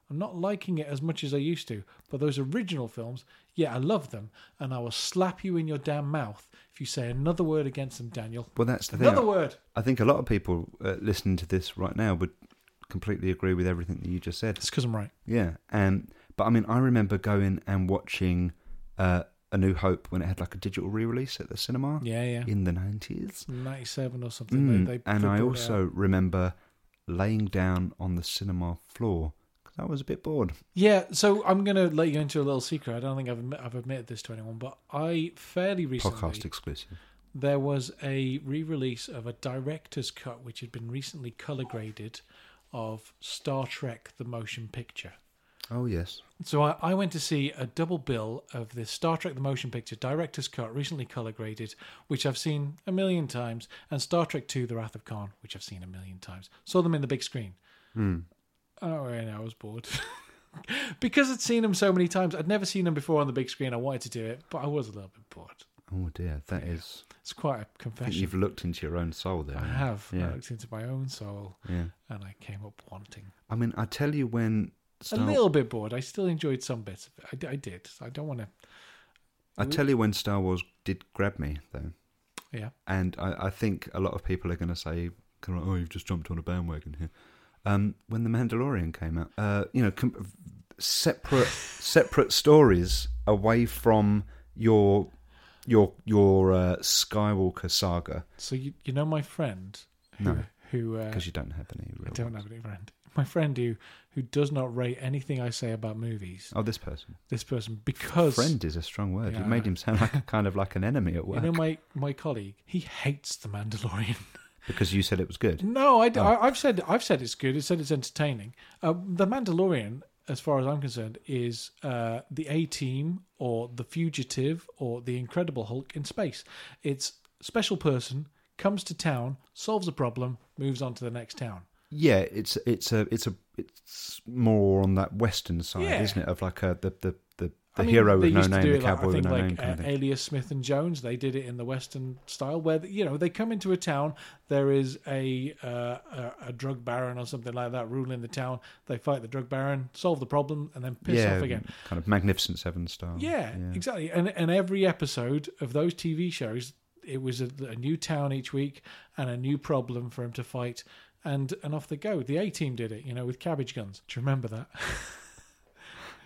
S1: I'm not liking it as much as I used to. But those original films, yeah, I love them, and I will slap you in your damn mouth if you say another word against them, Daniel.
S2: Well, that's the
S1: another
S2: thing.
S1: word.
S2: I think a lot of people uh, listening to this right now would completely agree with everything that you just said.
S1: It's because I'm right.
S2: Yeah, um, but I mean, I remember going and watching uh, A New Hope when it had like a digital re-release at the cinema
S1: Yeah, yeah.
S2: in the nineties.
S1: 97 or something.
S2: Mm,
S1: they, uh, they
S2: and
S1: they
S2: I
S1: brought it out.
S2: also remember laying down on the cinema floor because I was a bit bored.
S1: yeah. So I'm gonna let you into a little secret. I don't think I've admi- I've admitted this to anyone, but I fairly recently
S2: Podcast exclusive.
S1: there was a re-release of a director's cut which had been recently color graded of Star Trek: The Motion Picture.
S2: Oh yes,
S1: So I, I went to see a double bill of this Star Trek the Motion Picture director's cut, recently color graded, which I've seen a million times, and Star Trek II: The Wrath of Khan, which I've seen a million times. Saw them in the big screen.
S2: Hmm.
S1: Oh, and I was bored *laughs* because I'd seen them so many times. I'd never seen them before on the big screen. I wanted to do it, but I was a little bit bored.
S2: oh dear, that is.
S1: It's quite a
S2: I think
S1: confession.
S2: you've looked into your own soul there.
S1: I have I
S2: Yeah,
S1: looked into my own soul,
S2: yeah.
S1: and I came up wanting
S2: I mean, I tell you when. Star-
S1: a little bit bored. I still enjoyed some bits. of it. I, d- I did. I don't want to.
S2: I tell you when Star Wars did grab me though.
S1: Yeah.
S2: and I, I think a lot of people are going to say, "Oh, you've just jumped on a bandwagon here." Um, when the Mandalorian came out, uh, you know, com- separate separate stories away from your your your uh, Skywalker saga
S1: So you, you know my friend who
S2: No.
S1: who uh,
S2: because you don't have any
S1: I
S2: real.
S1: don't have any friend. My friend who who does not rate anything I say about movies.
S2: Oh, this person.
S1: This person because
S2: Friend is a strong word.
S1: Yeah.
S2: You made him sound like kind of like an enemy
S1: *laughs*
S2: at
S1: you
S2: work
S1: know my my colleague he hates the Mandalorian. *laughs*
S2: because you said it was good.
S1: no, I,
S2: Oh.
S1: d- I- I've said I've said it's good. I said it's entertaining. Uh, the Mandalorian, as far as I'm concerned, is uh, the A Team or the Fugitive or the Incredible Hulk in space. It's special person comes to town, solves a problem, moves on to the next town.
S2: Yeah, it's it's a it's a it's more on that western side,
S1: Yeah.
S2: isn't it? Of like a, the the the, the
S1: I mean,
S2: hero
S1: they
S2: with no
S1: used to
S2: name,
S1: do
S2: the
S1: it like-
S2: cowboy
S1: I
S2: with
S1: think
S2: no
S1: like
S2: name, kind
S1: uh,
S2: of thing.
S1: Alias Smith and Jones. They did it in the Western style, where you know they come into a town. There is a uh, a, a drug baron or something like that ruling the town. They fight the drug baron, solve the problem, and then piss
S2: yeah,
S1: off again.
S2: kind of magnificent seven style.
S1: Yeah, exactly. And and every episode of those TV shows, it was a, a new town each week and a new problem for him to fight. And and off they go. The A team did it, you know, with cabbage guns. Do you remember that? *laughs*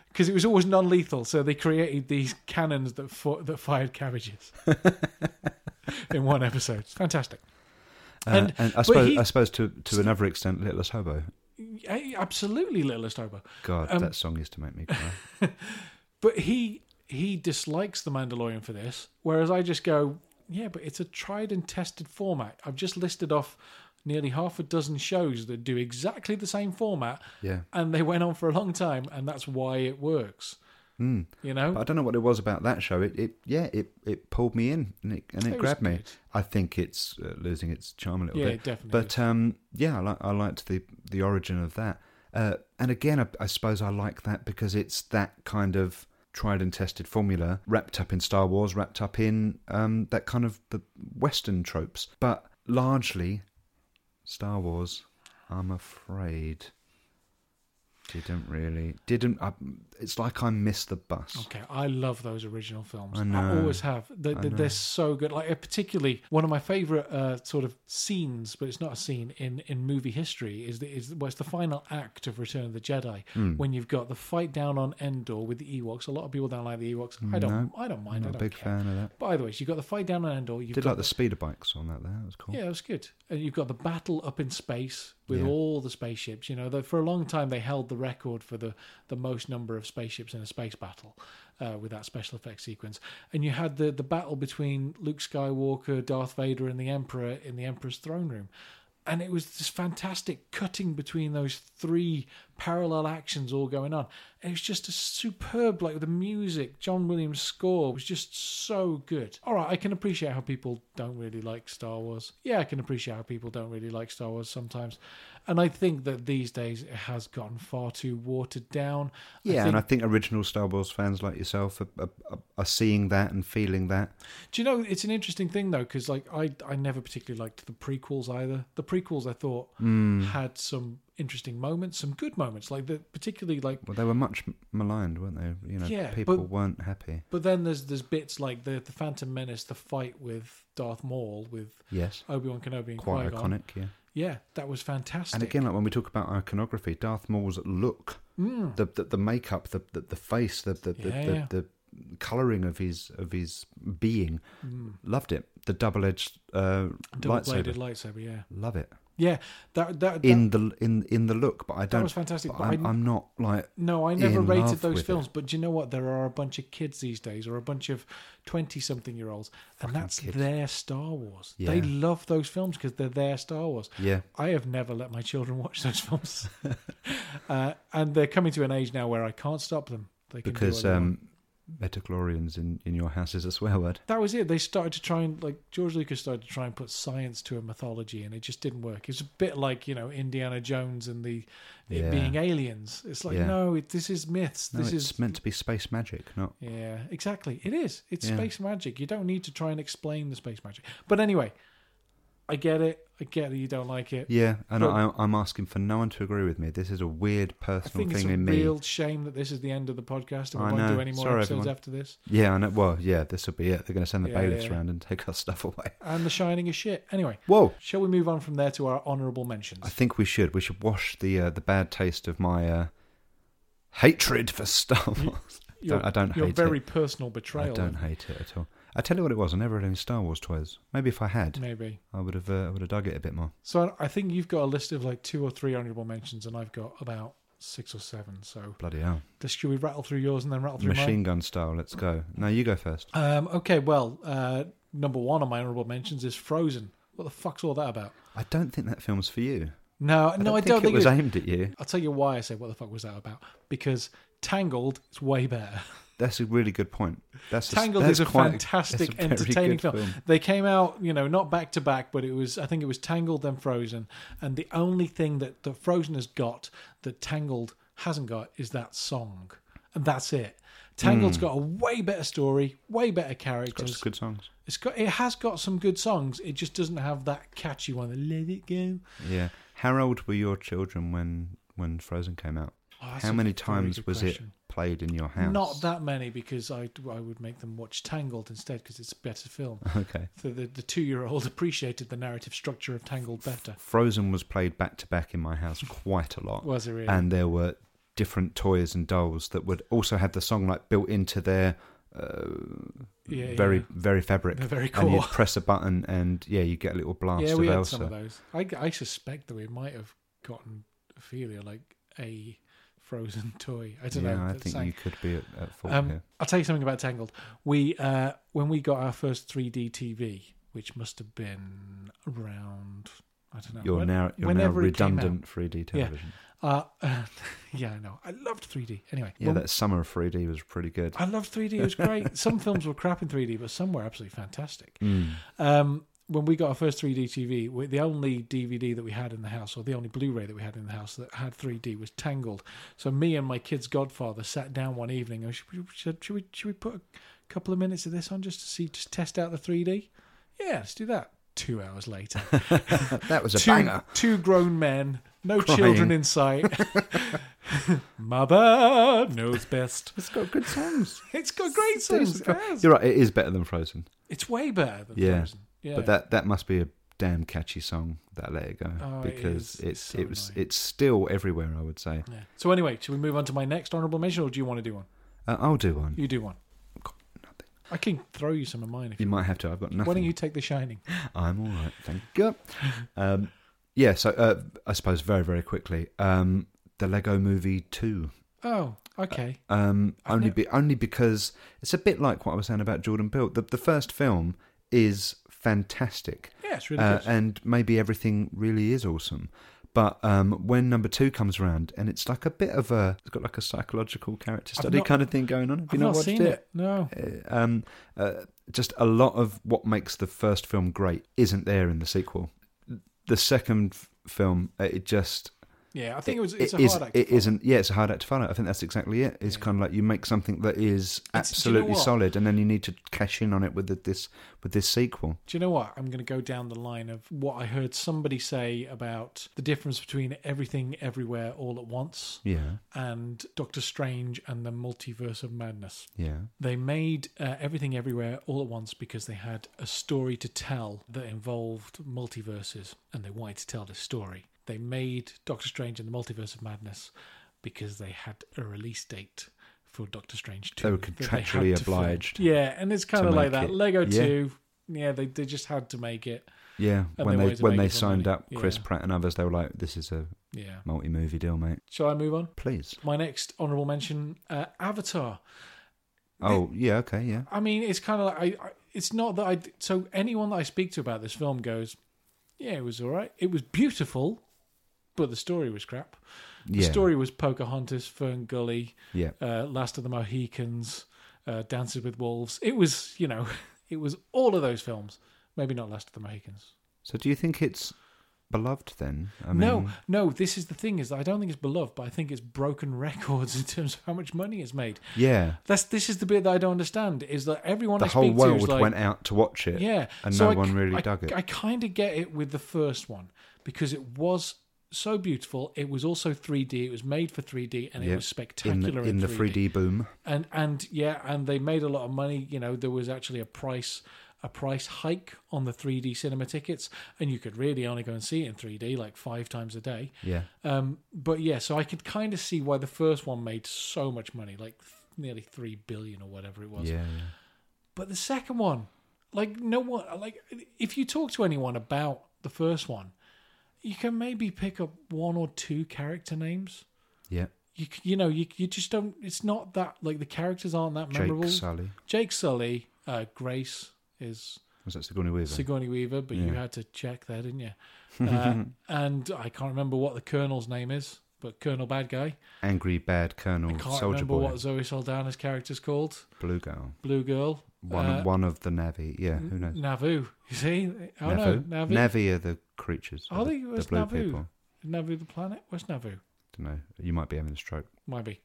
S1: Because it was always non-lethal, so they created these cannons that fo- that fired
S2: *laughs*
S1: cabbages in one episode. It's fantastic.
S2: Uh,
S1: and-
S2: and, I
S1: but
S2: suppose
S1: he-
S2: I suppose to to another extent, Littlest Hobo.
S1: Yeah, Absolutely, Littlest Hobo.
S2: God,
S1: Um,
S2: that song used to
S1: *laughs*
S2: make me cry.
S1: But he he dislikes the Mandalorian for this, whereas I just go, yeah, but it's a tried and tested format. I've just listed off nearly half a dozen shows that do exactly the same format,
S2: yeah,
S1: and they went on for a long time, and that's why it works. You know,
S2: Hmm. but I don't know what it was about that show. It, it yeah, it it pulled me in and it and it,
S1: was
S2: grabbed me.
S1: good.
S2: I think it's uh, losing its charm a little
S1: Yeah,
S2: bit.
S1: it definitely
S2: But um, yeah, I, li- I liked the the origin of that. Uh, and again, I, I suppose I like that because it's that kind of tried and tested formula wrapped up in Star Wars, wrapped up in um, that kind of the Western tropes, but largely Star Wars. I'm afraid didn't really didn't. I, it's like I missed the bus.
S1: Okay, I love those original films. I,
S2: I know.
S1: always have. They, they, they're so good. Like uh, particularly one of my favorite uh, sort of scenes, but it's not a scene in, in movie history. Is the, is well, it's the final act of Return of the Jedi
S2: Hmm.
S1: when you've got the fight down on Endor with the Ewoks. A lot of people don't like the Ewoks. I don't. I don't mind. I
S2: I'm not a
S1: don't
S2: big
S1: care.
S2: fan of that.
S1: But either way, so you've got the fight down on Endor. You've
S2: Did
S1: got
S2: like the speeder bikes on that. There, that was cool.
S1: yeah, it was good. And you've got the battle up in space with
S2: Yeah.
S1: all the spaceships. You know, that for a long time they held the record for the the most number of spaceships in a space battle uh, with that special effects sequence. And you had the the battle between Luke Skywalker, Darth Vader, and the Emperor in the Emperor's throne room. And it was this fantastic cutting between those three parallel actions all going on. It was just a superb, like the music, John Williams' score was just so good. All right, I can appreciate how people don't really like Star Wars. Yeah, I can appreciate how people don't really like Star Wars sometimes. And I think that these days it has gotten far too watered down.
S2: Yeah,
S1: I
S2: and I
S1: think,
S2: think original Star Wars fans like yourself are, are, are- are seeing that and feeling that.
S1: do you know it's an interesting thing though because like I I never particularly liked the prequels either. The prequels I thought
S2: Hmm.
S1: had some interesting moments, some good moments, like the particularly like
S2: Well, they were much maligned, weren't they? You know,
S1: Yeah,
S2: people
S1: but-
S2: weren't happy.
S1: But then there's there's bits like the the Phantom Menace, the fight with Darth Maul with
S2: Yes,
S1: Obi Wan Kenobi and
S2: quite
S1: Qui Gon.
S2: iconic. Yeah,
S1: Yeah, that was fantastic.
S2: and again, like when we talk about iconography, Darth Maul's look,
S1: Mm.
S2: the, the the makeup, the the, the face, the the, the,
S1: Yeah,
S2: the,
S1: yeah.
S2: the coloring of his of his being,
S1: Mm.
S2: loved it. The double edged uh,
S1: double
S2: lightsaber,
S1: bladed lightsaber. Yeah,
S2: love it
S1: yeah. That that, that,
S2: in the in in the look. But I
S1: that was
S2: don't.
S1: fantastic.
S2: but
S1: But I,
S2: I'm, I'm not like
S1: no, I never
S2: in
S1: rated
S2: love
S1: those
S2: with
S1: films. But do you know what? There are a bunch of kids these days, or a bunch of twenty-something year olds, and that's
S2: kids.
S1: their Star Wars. They
S2: Yeah.
S1: love those films because they're their Star Wars.
S2: yeah.
S1: I have never let my children *laughs* watch those
S2: *laughs*
S1: films, uh, and they're coming to an age now where I can't stop them. They can do what
S2: because
S1: they want.
S2: um, metachlorians in, in your house is a swear word.
S1: that was it. They started to try and like George Lucas started to try and put science to a mythology, and it just didn't work. It's a bit like you know Indiana Jones and the it
S2: Yeah.
S1: being aliens. It's like
S2: Yeah.
S1: no, it, this is myths.
S2: No,
S1: this
S2: it's
S1: is
S2: meant to be space magic, not
S1: yeah, exactly. It is. It's
S2: Yeah.
S1: space magic. You don't need to try and explain the space magic. But anyway, I get it. I get that you don't like it.
S2: yeah. And
S1: But-
S2: I, I'm asking for no one to agree with me. This is a weird
S1: I
S2: personal
S1: think it's
S2: thing
S1: a
S2: in me.
S1: real shame that this is the end of the podcast and we
S2: I
S1: won't do
S2: know.
S1: any more
S2: Sorry,
S1: episodes
S2: everyone.
S1: after this.
S2: Yeah, I know. Well, yeah, this will be it. They're going to send the
S1: Yeah,
S2: bailiffs
S1: yeah.
S2: around and take our *laughs* stuff away.
S1: And The Shining is shit. Anyway,
S2: Whoa!
S1: shall we move on from there to our honourable mentions?
S2: I think we should. We should wash the uh, the bad taste of my uh, hatred
S1: *laughs*
S2: for Star Wars.
S1: Your-
S2: I don't
S1: your
S2: hate
S1: very
S2: it.
S1: personal
S2: I
S1: betrayal.
S2: don't hate it at all. I tell you what, it was. I never read any Star Wars toys. Maybe if I had,
S1: Maybe.
S2: I would have. Uh, I would have dug it a bit more.
S1: So I think you've got a list of like two or three honourable mentions, and I've got about six or seven. So
S2: Bloody hell!
S1: just should we rattle through yours and then rattle through
S2: Machine gun style. Let's go. Now you go first.
S1: mine? Um, okay. Well, uh, number one on my honourable mentions is Frozen. What the fuck's all that about?
S2: I don't think that film's for you.
S1: No, no, I don't
S2: it
S1: think
S2: was
S1: it-
S2: aimed at you.
S1: I'll tell you why I say what the fuck was that about because Tangled is way better.
S2: That's a really good point. That's a,
S1: Tangled
S2: that's
S1: is a
S2: quite
S1: fantastic,
S2: that's a very
S1: entertaining
S2: good
S1: film. They came out, you know, not back to back, but it was I think it was Tangled then Frozen, and the only thing that that Frozen has got that Tangled hasn't got is that song, and that's it. Tangled's got a way better story, way better
S2: Got some
S1: characters.
S2: Hmm. good songs.
S1: It's got it has got some good songs. It just doesn't have that catchy one. that Let it go.
S2: Yeah. How old were your children when when Frozen came out?
S1: Oh, that's
S2: How
S1: a
S2: many
S1: very
S2: times
S1: good
S2: was
S1: question.
S2: it played in your house?
S1: Not that many because I, I would make them watch Tangled instead because it's a better
S2: *laughs*
S1: film.
S2: *laughs* Okay.
S1: So the, the two year old *laughs* appreciated the narrative structure of Tangled better.
S2: Frozen was played back to back in my house quite a lot,
S1: Was it really?
S2: and there were different toys and dolls that would also have the song like built into their uh,
S1: Yeah,
S2: very
S1: yeah.
S2: very
S1: *laughs*
S2: fabric.
S1: They're very
S2: And
S1: cool.
S2: you'd press a button, and yeah, you get a little blast
S1: *laughs* yeah,
S2: of
S1: we had
S2: Elsa.
S1: some of those. I, I suspect that we might have gotten Ophelia like a frozen toy. I don't
S2: yeah,
S1: know.
S2: I
S1: that
S2: think
S1: sang.
S2: you could be at, at fault
S1: Um,
S2: here.
S1: I'll tell you something about Tangled. We uh, when we got our first 3D TV, which must have been around I don't know.
S2: You're
S1: when-
S2: now you're now
S1: whenever it came out.
S2: redundant 3D television.
S1: Uh, *laughs* yeah, I know. I loved 3D. Anyway,
S2: Yeah,
S1: when-
S2: that summer of 3D was pretty good.
S1: I loved 3D. It was
S2: *laughs*
S1: great. Some films were crap in 3D, but some were absolutely fantastic. *laughs*
S2: Mm.
S1: Um, when we got our first 3D TV, we, the only DVD that we had in the house, or the only Blu-ray that we had in the house that had 3D, was Tangled. So me and my kid's godfather sat down one evening and should we, should, should we should we put a couple of minutes of this on just to see just test out the 3D? Yeah, let's do that. Two hours
S2: *laughs*
S1: later,
S2: That was a
S1: two,
S2: banger.
S1: two grown men, no
S2: Crying.
S1: children in
S2: *laughs*
S1: sight. *laughs* Mother knows best.
S2: It's got
S1: *laughs*
S2: good songs.
S1: It's got great songs. it has.
S2: You're right. It is better than Frozen,
S1: It's way better than
S2: Yeah,
S1: Frozen. Yeah.
S2: but that that must be a damn catchy song. That Let It Go
S1: Oh, it
S2: because
S1: is.
S2: it
S1: It's so
S2: it was
S1: annoying.
S2: it's still everywhere. I would say.
S1: Yeah. So anyway, should we move on to my next honourable mention, or do you want to do one?
S2: Uh, I'll do one.
S1: You do one.
S2: I've got nothing.
S1: I can throw you some of mine if
S2: You
S1: you.
S2: might have to. I've got nothing.
S1: Why don't you take The Shining?
S2: I'm all right, thank you. Um, yeah. So uh, I suppose very very quickly. Um, the Lego Movie Two.
S1: Oh, okay.
S2: Um,
S1: I've
S2: only
S1: nev-
S2: be, only because it's a bit like what I was saying about Jordan Peele. The, the first film is fantastic,
S1: yeah, it's really
S2: uh,
S1: good.
S2: and maybe everything really is awesome. But um, when number two comes around, and it's like a bit of a, it's got like a psychological character
S1: I've
S2: study
S1: not-
S2: kind of thing going on. Have you
S1: I've
S2: not,
S1: not
S2: watched
S1: seen it. No.
S2: Uh, Um, uh, just a lot of what makes the first film great isn't there in the sequel. The second f- film, uh, it just
S1: Yeah, I think it, was. It's
S2: it
S1: a
S2: is-
S1: hard act. to
S2: It
S1: follow.
S2: isn't. Yeah, it's a hard act to follow. I think that's exactly it. It's
S1: Yeah.
S2: kind of like you make something that is
S1: It's- do you know
S2: absolutely
S1: what?
S2: solid, and then you need to cash in on it with the, this with this sequel.
S1: Do you know what? I'm going to go down the line of what I heard somebody say about the difference between everything, everywhere, all at once,
S2: Yeah,
S1: and Doctor Strange and the Multiverse of Madness.
S2: yeah,
S1: They made uh, everything, everywhere, all at once because they had a story to tell that involved multiverses, and they wanted to tell this story. They made Doctor Strange and the Multiverse of Madness because they had a release date for Doctor Strange 2.
S2: They were
S1: that had
S2: contractually
S1: to fill.
S2: obliged.
S1: Yeah, and it's kind
S2: to
S1: of like
S2: make
S1: that.
S2: it.
S1: Lego
S2: Yeah.
S1: 2, yeah, they, they just had to make it.
S2: yeah.
S1: And they
S2: when they,
S1: wanted to
S2: when
S1: make
S2: they
S1: it for
S2: signed
S1: money.
S2: up Chris
S1: Yeah.
S2: Pratt and others, they were like, "This is a
S1: Yeah.
S2: multi movie deal, mate.
S1: Shall I move on?
S2: Please."
S1: My next honorable mention uh, Avatar.
S2: Oh yeah, okay, yeah,
S1: I mean, it's kind of like I, I. It's not that I. So anyone that I speak to about this film goes, "Yeah, it was all right. It was beautiful, but the story was crap. The
S2: yeah,
S1: story was Pocahontas, Fern Gully,
S2: yeah.
S1: uh, Last of the Mohicans, uh, Dances with Wolves. It was, you know, *laughs* it was all of those films. Maybe not Last of the Mohicans.
S2: So do you think it's beloved then? I mean,
S1: no, no. This is the thing: is that I don't think it's beloved, but I think it's broken *laughs* records in terms of how much money it's made.
S2: yeah.
S1: That's this is the bit that I don't understand is that everyone
S2: The
S1: I
S2: whole
S1: speak to is
S2: world
S1: like,
S2: went out to watch it.
S1: yeah,
S2: and
S1: So
S2: no
S1: I
S2: one
S1: c-
S2: really
S1: I-
S2: dug it.
S1: I kind of get it with the first one because it was so beautiful. It was also 3D. It was made for 3D, and it
S2: Yeah,
S1: was
S2: in
S1: spectacular
S2: the, in the 3D boom.
S1: And and yeah, and they made a lot of money. You know, there was actually a price a price hike on the 3D cinema tickets, and you could really only go and see it in 3D like five times a day.
S2: Yeah,
S1: Um, but yeah, so I could kind of see why the first one made so much money, like th- nearly three billion or whatever it was.
S2: yeah,
S1: But the second one, like no one, like if you talk to anyone about the first one, you can maybe pick up one or two character names.
S2: yeah.
S1: You c- you know you you just don't. It's not that like the characters aren't that memorable.
S2: Jake Sully.
S1: Jake Sully, uh, Grace is
S2: Was that Sigourney Weaver?
S1: Sigourney Weaver, but you
S2: Yeah.
S1: had to check there,
S2: *laughs*
S1: didn't you? Uh, and I can't remember what the Colonel's name is, but Colonel Bad Guy.
S2: Angry Bad Colonel
S1: Can't
S2: Oh, Soldier
S1: remember
S2: Boy
S1: what Uh, Zoe Saldana's character's called.
S2: Blue Girl.
S1: Blue Girl.
S2: One
S1: uh,
S2: one of the Navi. Yeah, who knows?
S1: Navoo. You see? Oh
S2: Navu.
S1: no, Navi.
S2: Navi are the creatures.
S1: I
S2: are the,
S1: think it was
S2: the blue
S1: Navu.
S2: people.
S1: Navu the planet? Where's Navu?
S2: Don't know. You might be having a stroke.
S1: Might be.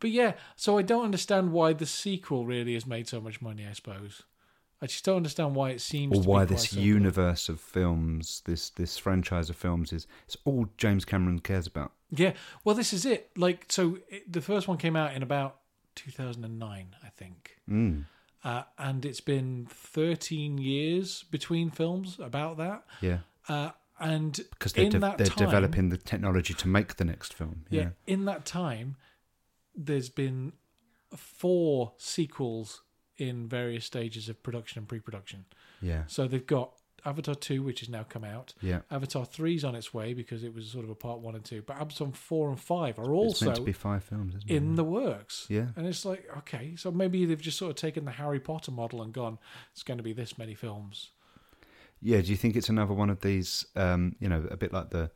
S1: But yeah, so I don't understand why the sequel really has made so much money, I suppose. I just don't understand why it seems
S2: Or
S1: to
S2: why
S1: be quite
S2: this
S1: so
S2: universe of films, this this franchise of films is it's all James Cameron cares about.
S1: good. Yeah. Well, this is it. Like so it, the first one came out in about 2009, I think.
S2: Mm.
S1: Uh, and it's been 13 years between films about that.
S2: Yeah.
S1: Uh, and
S2: Because they're,
S1: in
S2: de-
S1: that
S2: they're
S1: time,
S2: developing the technology to make the next film.
S1: yeah.
S2: Yeah.
S1: in that time there's been four sequels in various stages of production and pre-production
S2: Yeah.
S1: so they've got avatar 2 which has now come out
S2: Yeah.
S1: avatar 3 is on its way because it was sort of a part 1 and 2 but avatar 4 and 5 are
S2: it's meant to
S1: also
S2: be five films, isn't
S1: in
S2: it?
S1: the works
S2: Yeah.
S1: and it's like okay so maybe they've just sort of taken the harry potter model and gone it's going to be this many films
S2: Yeah, do you think it's another one of these? Um, you know, a bit like the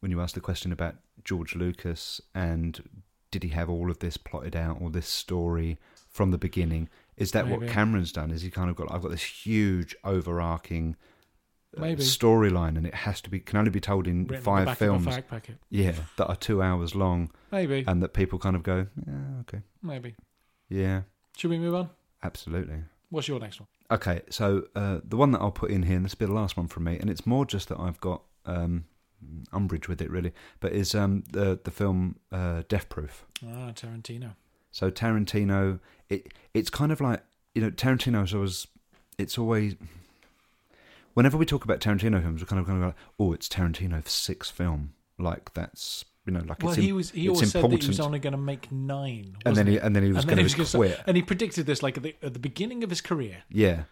S2: when you asked the question about George Lucas and did he have all of this plotted out, all this story from the beginning? Is that what
S1: Maybe.
S2: Cameron's done? Is he kind of got? I've got this huge overarching uh,
S1: Maybe.
S2: storyline, and it has to be can only be told in
S1: written on the
S2: five
S1: back of a
S2: films. Uh,
S1: fact packet
S2: Yeah, that are two hours long,
S1: maybe
S2: and that people kind of go, yeah, okay,
S1: maybe
S2: yeah,
S1: should we move on
S2: absolutely.
S1: what's your next one
S2: Okay, so uh, the one that I'll put in here, and this will be the last one from me, and it's more just that I've got um, umbrage with it really, but is um, the the film uh, Death Proof.
S1: ah tarantino
S2: So Tarantino, it it's kind of like you know Tarantino's always, it's always. Whenever we talk about Tarantino films, we're kind of kind of like, oh, it's Tarantino's sixth film, like that's you know like
S1: Well,
S2: it's im-
S1: he was. He
S2: it's
S1: always said that he was
S2: important.
S1: only going to make nine,
S2: and then
S1: wasn't
S2: he and then he was
S1: And then
S2: going
S1: he
S2: to
S1: was
S2: quit.
S1: and he predicted this like at the, at the beginning of his career.
S2: Yeah,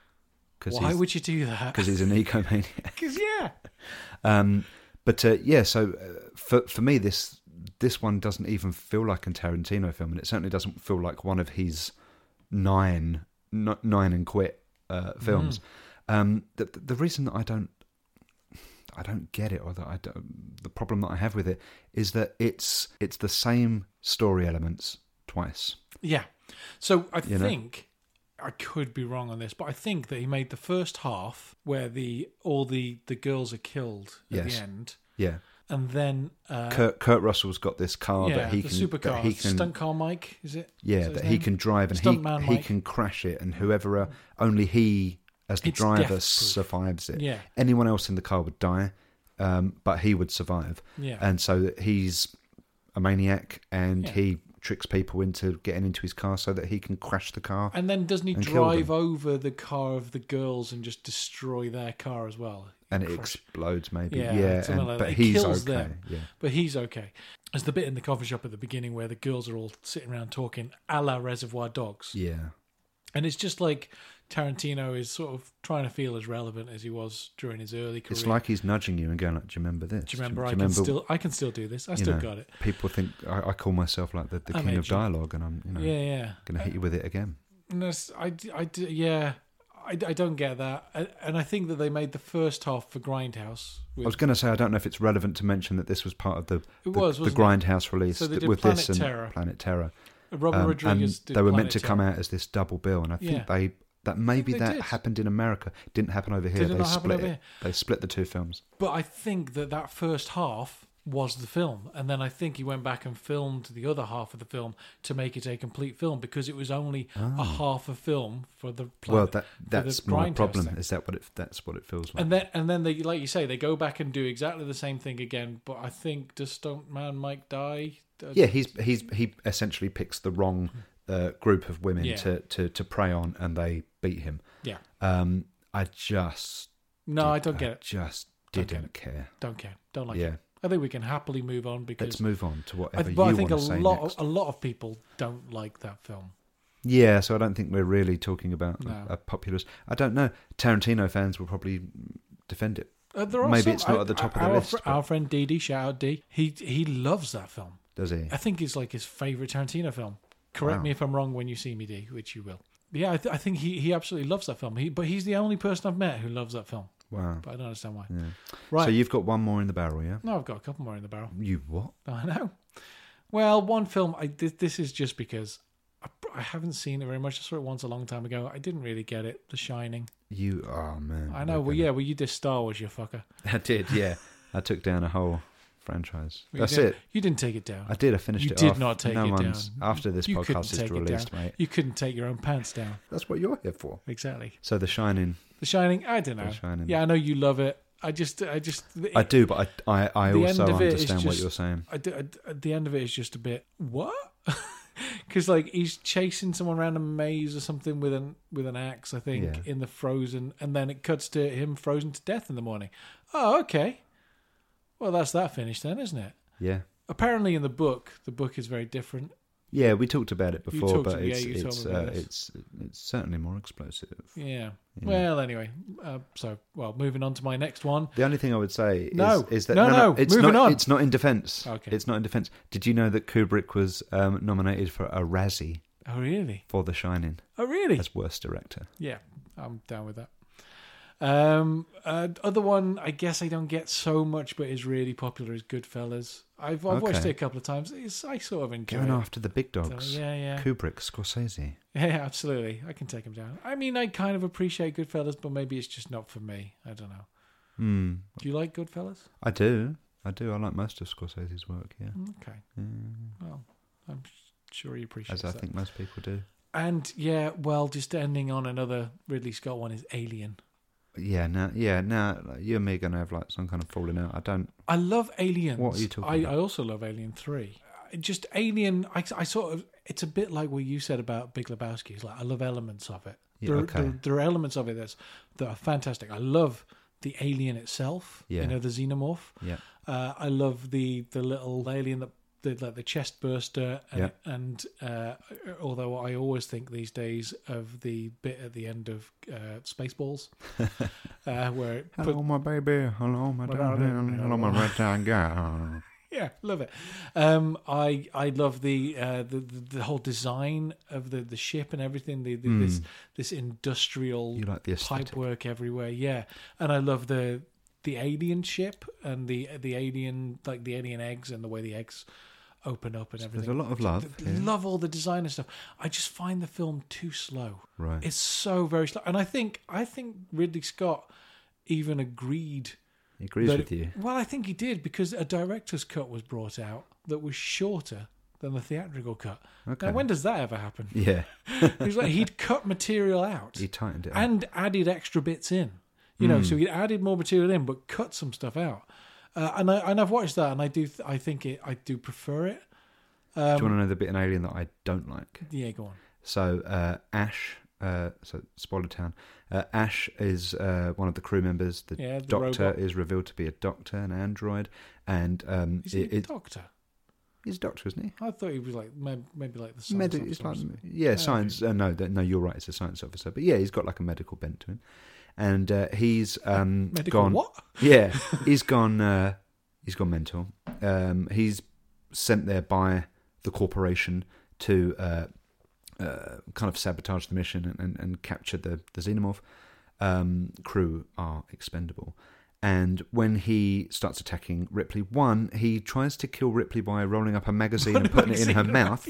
S2: because
S1: Why
S2: he's,
S1: would you do that?
S2: 'cause
S1: *laughs*
S2: he's an egomaniac.
S1: Because yeah,
S2: Um, but uh, yeah, so uh, for for me, this this one doesn't even feel like a Tarantino film, and it certainly doesn't feel like one of his nine n-
S1: Mm.
S2: nine and quit uh, films. Um, the the reason that I don't I don't get it, or that I don't, the problem that I have with it is that it's it's the same story elements twice.
S1: Yeah. So I
S2: You know?
S1: think I could be wrong on this, but I think that he made the first half where the all the the girls are killed at
S2: Yes.
S1: the end,
S2: Yeah,
S1: and then uh,
S2: Kurt, Kurt Russell's got this car
S1: yeah,
S2: that he
S1: the
S2: can
S1: supercar,
S2: that he can
S1: stunt car Mike, is it? Is
S2: yeah
S1: his
S2: that he
S1: name?
S2: can drive and he
S1: Stuntman
S2: he
S1: Mike.
S2: can crash it, and whoever uh, only he as the
S1: It's
S2: driver
S1: death-proof.
S2: survives it.
S1: Yeah.
S2: anyone else in the car would die, um, but he would survive.
S1: Yeah.
S2: and so he's a maniac and
S1: Yeah.
S2: he tricks people into getting into his car so that he can crash the car.
S1: And then doesn't he
S2: and kill
S1: drive over the car of the girls and just destroy their car as well?
S2: and it
S1: Crush-
S2: explodes maybe
S1: Yeah,
S2: yeah,
S1: something
S2: and,
S1: like that.
S2: but
S1: It
S2: he's
S1: kills
S2: okay
S1: them.
S2: yeah
S1: But he's okay. There's the bit in the coffee shop at the beginning where the girls are all sitting around talking a la Reservoir Dogs.
S2: yeah
S1: And it's just like Tarantino is sort of trying to feel as relevant as he was during his early career.
S2: it's like he's nudging you and going like do you remember this
S1: do you remember? I can still, I can still do this. I
S2: you
S1: still
S2: know,
S1: got it.
S2: people think I, I call myself like the, the
S1: I'm
S2: king of
S1: aging.
S2: dialogue and I'm you know
S1: Yeah, yeah.
S2: gonna hit you with it again
S1: And that's- I, d- I d- yeah, I, I don't get that. And- And I think that they made the first half for Grindhouse.
S2: I
S1: With,
S2: was gonna say I don't know if it's relevant to mention that this was part of the the,
S1: It was,
S2: the
S1: wasn't it?
S2: Grindhouse release
S1: So they
S2: that-
S1: did
S2: with
S1: Planet
S2: this and
S1: Terror.
S2: Planet Terror
S1: Robert
S2: Um,
S1: Rodriguez
S2: and
S1: did
S2: they were
S1: Planet
S2: meant to
S1: Terror.
S2: come out as this double bill, and I think
S1: Yeah.
S2: they that maybe
S1: they
S2: that
S1: did.
S2: happened in America. Didn't happen over here.
S1: Did it
S2: they
S1: not happen
S2: split
S1: over
S2: it.
S1: here?
S2: They split the two films.
S1: But I think that that first half was the film, and then I think he went back and filmed the other half of the film to make it a complete film because it was only a half a film for the
S2: Ah. well,
S1: planet,
S2: that
S1: for the
S2: that's my
S1: Grindhouse
S2: problem.
S1: thing.
S2: Is that what it? That's what it feels like.
S1: And then, and then they, like you say, they go back and do exactly the same thing again. But I think does Stuntman Mike die? Uh,
S2: yeah, he's he's he essentially picks the wrong uh, group of women
S1: Yeah.
S2: to, to to prey on, and they beat him.
S1: yeah.
S2: Um, I just
S1: No, I don't get it.
S2: Just
S1: Don't get
S2: didn't care.
S1: Don't care. Don't like it.
S2: Yeah,
S1: I think we can happily move on because.
S2: let's move on to
S1: I,
S2: whatever
S1: but
S2: you
S1: I
S2: want
S1: think a
S2: to say
S1: lot,
S2: next.
S1: a lot of people don't like that film.
S2: Yeah, so I don't think we're really talking about
S1: No.
S2: a, a popular. I don't know. Tarantino fans will probably defend it.
S1: Uh, there are
S2: Maybe
S1: some-
S2: it's not at the top of the
S1: our,
S2: list,
S1: fr-
S2: but-
S1: Our friend Dee Dee, shout out Dee. He he loves that film.
S2: Does he?
S1: I think it's like his favorite Tarantino film. Correct
S2: Wow.
S1: me if I'm wrong when you see me, Dee, which you will. Yeah, I, th- I think he, he absolutely loves that film. He, but he's the only person I've met who loves that film.
S2: Wow.
S1: But I don't understand why.
S2: Yeah.
S1: Right.
S2: So you've got one more in the barrel, yeah?
S1: no, I've got a couple more in the barrel. *laughs*
S2: You what?
S1: I know. Well, one film. I thi- this is just because I, I haven't seen it very much. I saw it once a long time ago. I didn't really get it. The Shining.
S2: You? Oh man.
S1: I know.
S2: we're
S1: Well, yeah. Well, you did Star Wars, you fucker.
S2: gonna- I did. Yeah. I took down a whole franchise.
S1: You
S2: That's
S1: didn't-
S2: it.
S1: You didn't take it down.
S2: I did. I finished
S1: You
S2: it.
S1: did
S2: off.
S1: not take
S2: no
S1: it
S2: one's,
S1: down.
S2: After this
S1: You couldn't
S2: podcast is
S1: take it
S2: released,
S1: down.
S2: mate.
S1: You couldn't take your own pants down.
S2: That's what you're here for.
S1: Exactly.
S2: So The Shining.
S1: The Shining. I don't know.
S2: Shining.
S1: Yeah, I know you love it. I just, I just. It,
S2: I do, but I I, I
S1: The
S2: also
S1: end of it is
S2: understand what
S1: just-
S2: you're saying.
S1: I do- I- at the end of it is just a bit what *laughs* because like he's chasing someone around a maze or something with an with an axe i think
S2: Yeah.
S1: in the frozen and then it cuts to him frozen to death in the morning oh okay well that's that finished then isn't it
S2: Yeah.
S1: apparently in the book the book is very different
S2: Yeah, we talked about it
S1: You
S2: before,
S1: talked-
S2: but
S1: yeah,
S2: it's
S1: you told
S2: it's,
S1: me about
S2: uh,
S1: this.
S2: it's it's certainly more explosive.
S1: yeah,
S2: Yeah.
S1: well anyway uh, so well moving on to my next one
S2: The only thing I would say
S1: No.
S2: is, is that
S1: No, no,
S2: it's
S1: moving
S2: not,
S1: on.
S2: It's not in defence.
S1: Okay.
S2: It's not in defence. Did you know that Kubrick was um, nominated for a Razzie
S1: oh really
S2: for The Shining
S1: oh really
S2: as worst director?
S1: Yeah, I'm down with that. Um, uh, other one, I guess I don't get so much, but is really popular is Goodfellas. I've, I've watched
S2: Okay.
S1: it a couple of times. It's, I sort of enjoy
S2: Going
S1: it.
S2: after the big
S1: So,
S2: dogs.
S1: yeah, yeah,
S2: Kubrick, Scorsese.
S1: yeah, absolutely. I can take him down. I mean, I kind of appreciate Goodfellas, but maybe it's just not for me. I don't know.
S2: Hmm.
S1: Do you like Goodfellas?
S2: I do. I do. I like most of Scorsese's work. Yeah.
S1: Okay,
S2: Mm.
S1: well, I'm sure you appreciate
S2: As I
S1: that.
S2: think most people do.
S1: And yeah, well, just ending on another Ridley Scott one is Alien.
S2: Yeah. Now. Yeah. Now you and me are gonna have like some kind of falling out. I don't.
S1: I love Aliens.
S2: What are you talking
S1: I,
S2: about?
S1: I also love Alien Three. I- Just Alien, I, I sort of. It's a bit like what you said about Big Lebowski. It's like I love elements of it.
S2: Yeah,
S1: there,
S2: okay.
S1: there, there are elements of it that's, that are fantastic. I love the alien itself.
S2: Yeah.
S1: You know the xenomorph.
S2: Yeah.
S1: Uh, I love the the little alien that the like the chest burster and, and uh, although I always think these days of the bit at the end of uh, Spaceballs *laughs* uh, where it put,
S2: Hello, my baby. Hello, my darling. Hello, my
S1: *laughs*
S2: red down guy.
S1: yeah, love it. Um, I I love the, uh, the the the whole design of the, the ship and everything. The, the
S2: Hmm.
S1: this this industrial
S2: You like the
S1: pipe
S2: aesthetic.
S1: work everywhere. Yeah, and I love the the alien ship and the the alien like the alien eggs and the way the eggs open up and everything.
S2: There's a lot of love.
S1: Th-
S2: here.
S1: Love all the design and stuff. I just find the film too slow.
S2: Right.
S1: It's so very slow, and I think I think Ridley Scott even agreed.
S2: He agrees
S1: that
S2: with
S1: it-
S2: you.
S1: Well, I think he did because a director's cut was brought out that was shorter than the theatrical cut.
S2: Okay.
S1: Now, when does that ever happen?
S2: Yeah.
S1: It was like he'd cut material out
S2: He Hmm. tightened it. up.
S1: and added extra bits in. You know, so he added more material in, but cut some stuff out. Uh, and I and I've watched that, and I do th- I think it I do prefer it. Um,
S2: Do you want to know the bit in Alien that I don't like?
S1: Yeah, go on.
S2: So uh, Ash, uh, so spoiler town. Uh, Ash is uh, one of the crew members. The
S1: Yeah, the
S2: doctor
S1: robot.
S2: is revealed to be a doctor, an android, and um,
S1: Is he
S2: it,
S1: a
S2: it,
S1: doctor?
S2: he's a doctor, isn't he?
S1: I thought he was like maybe, maybe like the science
S2: Medi-
S1: officer
S2: it's
S1: or
S2: like,
S1: something.
S2: yeah, science. Uh, no, that, no, you're right. It's a science officer, but yeah, he's got like a medical bent to him, and uh, he's um,
S1: medical
S2: gone.
S1: what?
S2: *laughs* yeah, he's gone. Uh, he's gone mental. Um, he's sent there by the corporation to uh, uh, kind of sabotage the mission and, and, and capture the the xenomorph. Um, crew are expendable, and when he starts attacking Ripley, one he tries to kill Ripley by rolling up a
S1: *laughs*
S2: magazine *laughs* and putting it in her mouth.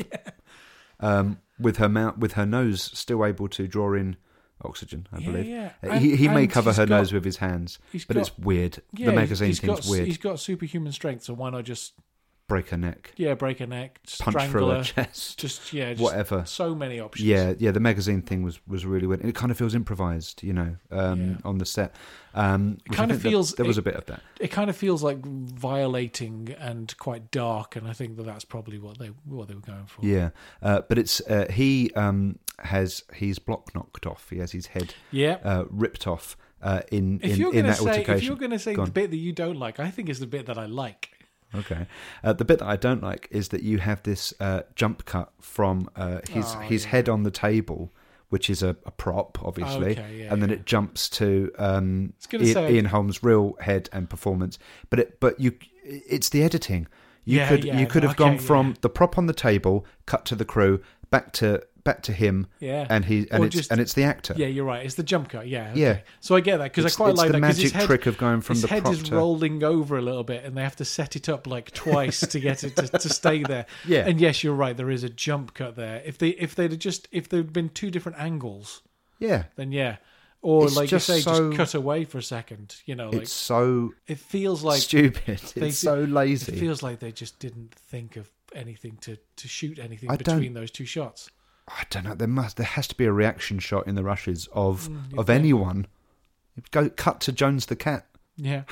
S2: Um, with her mouth, with her nose still able to draw in oxygen, I
S1: Yeah,
S2: believe.
S1: yeah.
S2: Uh,
S1: And-
S2: he he may
S1: and
S2: cover
S1: he's
S2: her
S1: got-
S2: nose with his hands,
S1: he's
S2: but
S1: got-
S2: it's weird.
S1: Yeah,
S2: the magazine
S1: he's
S2: thing's
S1: got,
S2: weird.
S1: He's got superhuman strength, so why not just
S2: Break her neck,
S1: yeah break her neck,
S2: punch
S1: strangle
S2: through her
S1: her,
S2: *laughs* chest,
S1: just yeah, *laughs* just
S2: whatever.
S1: So many options.
S2: Yeah, yeah. The magazine thing was was really weird. It kind of feels improvised, you know, um,
S1: Yeah.
S2: on the set. Um, which I
S1: kind of
S2: think that-
S1: feels-
S2: there was
S1: it-
S2: a bit of that.
S1: it kind of feels like violating and quite dark, and I think that that's probably what they what they were going for.
S2: Yeah, uh, but it's uh, he um, has his block knocked off. He has his head
S1: Yeah.
S2: uh, ripped off uh, in
S1: if,
S2: in,
S1: you're
S2: in
S1: gonna
S2: that
S1: say,
S2: altercation.
S1: if you're going to say
S2: Go
S1: the
S2: on.
S1: bit that you don't like, I think it's the bit that I like.
S2: Okay. Uh, the bit that I don't like is that you have this uh, jump cut from uh, his
S1: Oh,
S2: his head on the table, which is a, a prop, obviously,
S1: Okay, yeah,
S2: and then
S1: yeah.
S2: it jumps to um,
S1: was gonna
S2: Ian,
S1: say-
S2: Ian Holmes' real head and performance. But it, but you, it's the editing. You
S1: Yeah,
S2: could
S1: yeah,
S2: you could have
S1: okay,
S2: gone from the prop on the table, cut to the crew, back to back to him,
S1: Yeah.
S2: and he and
S1: Or
S2: it's
S1: just-
S2: and it's the actor.
S1: Yeah, you're right. It's the jump cut. Yeah. okay.
S2: Yeah.
S1: So I get that because
S2: It's-
S1: I quite
S2: it's
S1: like
S2: the
S1: that. 'cause his
S2: magic
S1: head-
S2: trick of going from
S1: his
S2: the
S1: head
S2: prop
S1: is
S2: to-
S1: rolling over a little bit, and they have to set it up like twice to get it to, to stay there.
S2: *laughs* Yeah.
S1: And yes, you're right. There is a jump cut there. If they if they'd have just if there'd been two different angles,
S2: Yeah.
S1: then yeah. Or
S2: It's
S1: like
S2: just
S1: you say,
S2: so-
S1: just cut away for a second. You know, like
S2: It's so
S1: it feels like
S2: stupid.
S1: *laughs* they
S2: It's
S1: did-
S2: so lazy.
S1: It feels like they just didn't think of anything to, to shoot anything
S2: I don't-
S1: between those two shots.
S2: I don't know. There must there has to be a reaction shot in the rushes of
S1: Mm,
S2: of anyone. Go cut to Jones the cat.
S1: Yeah,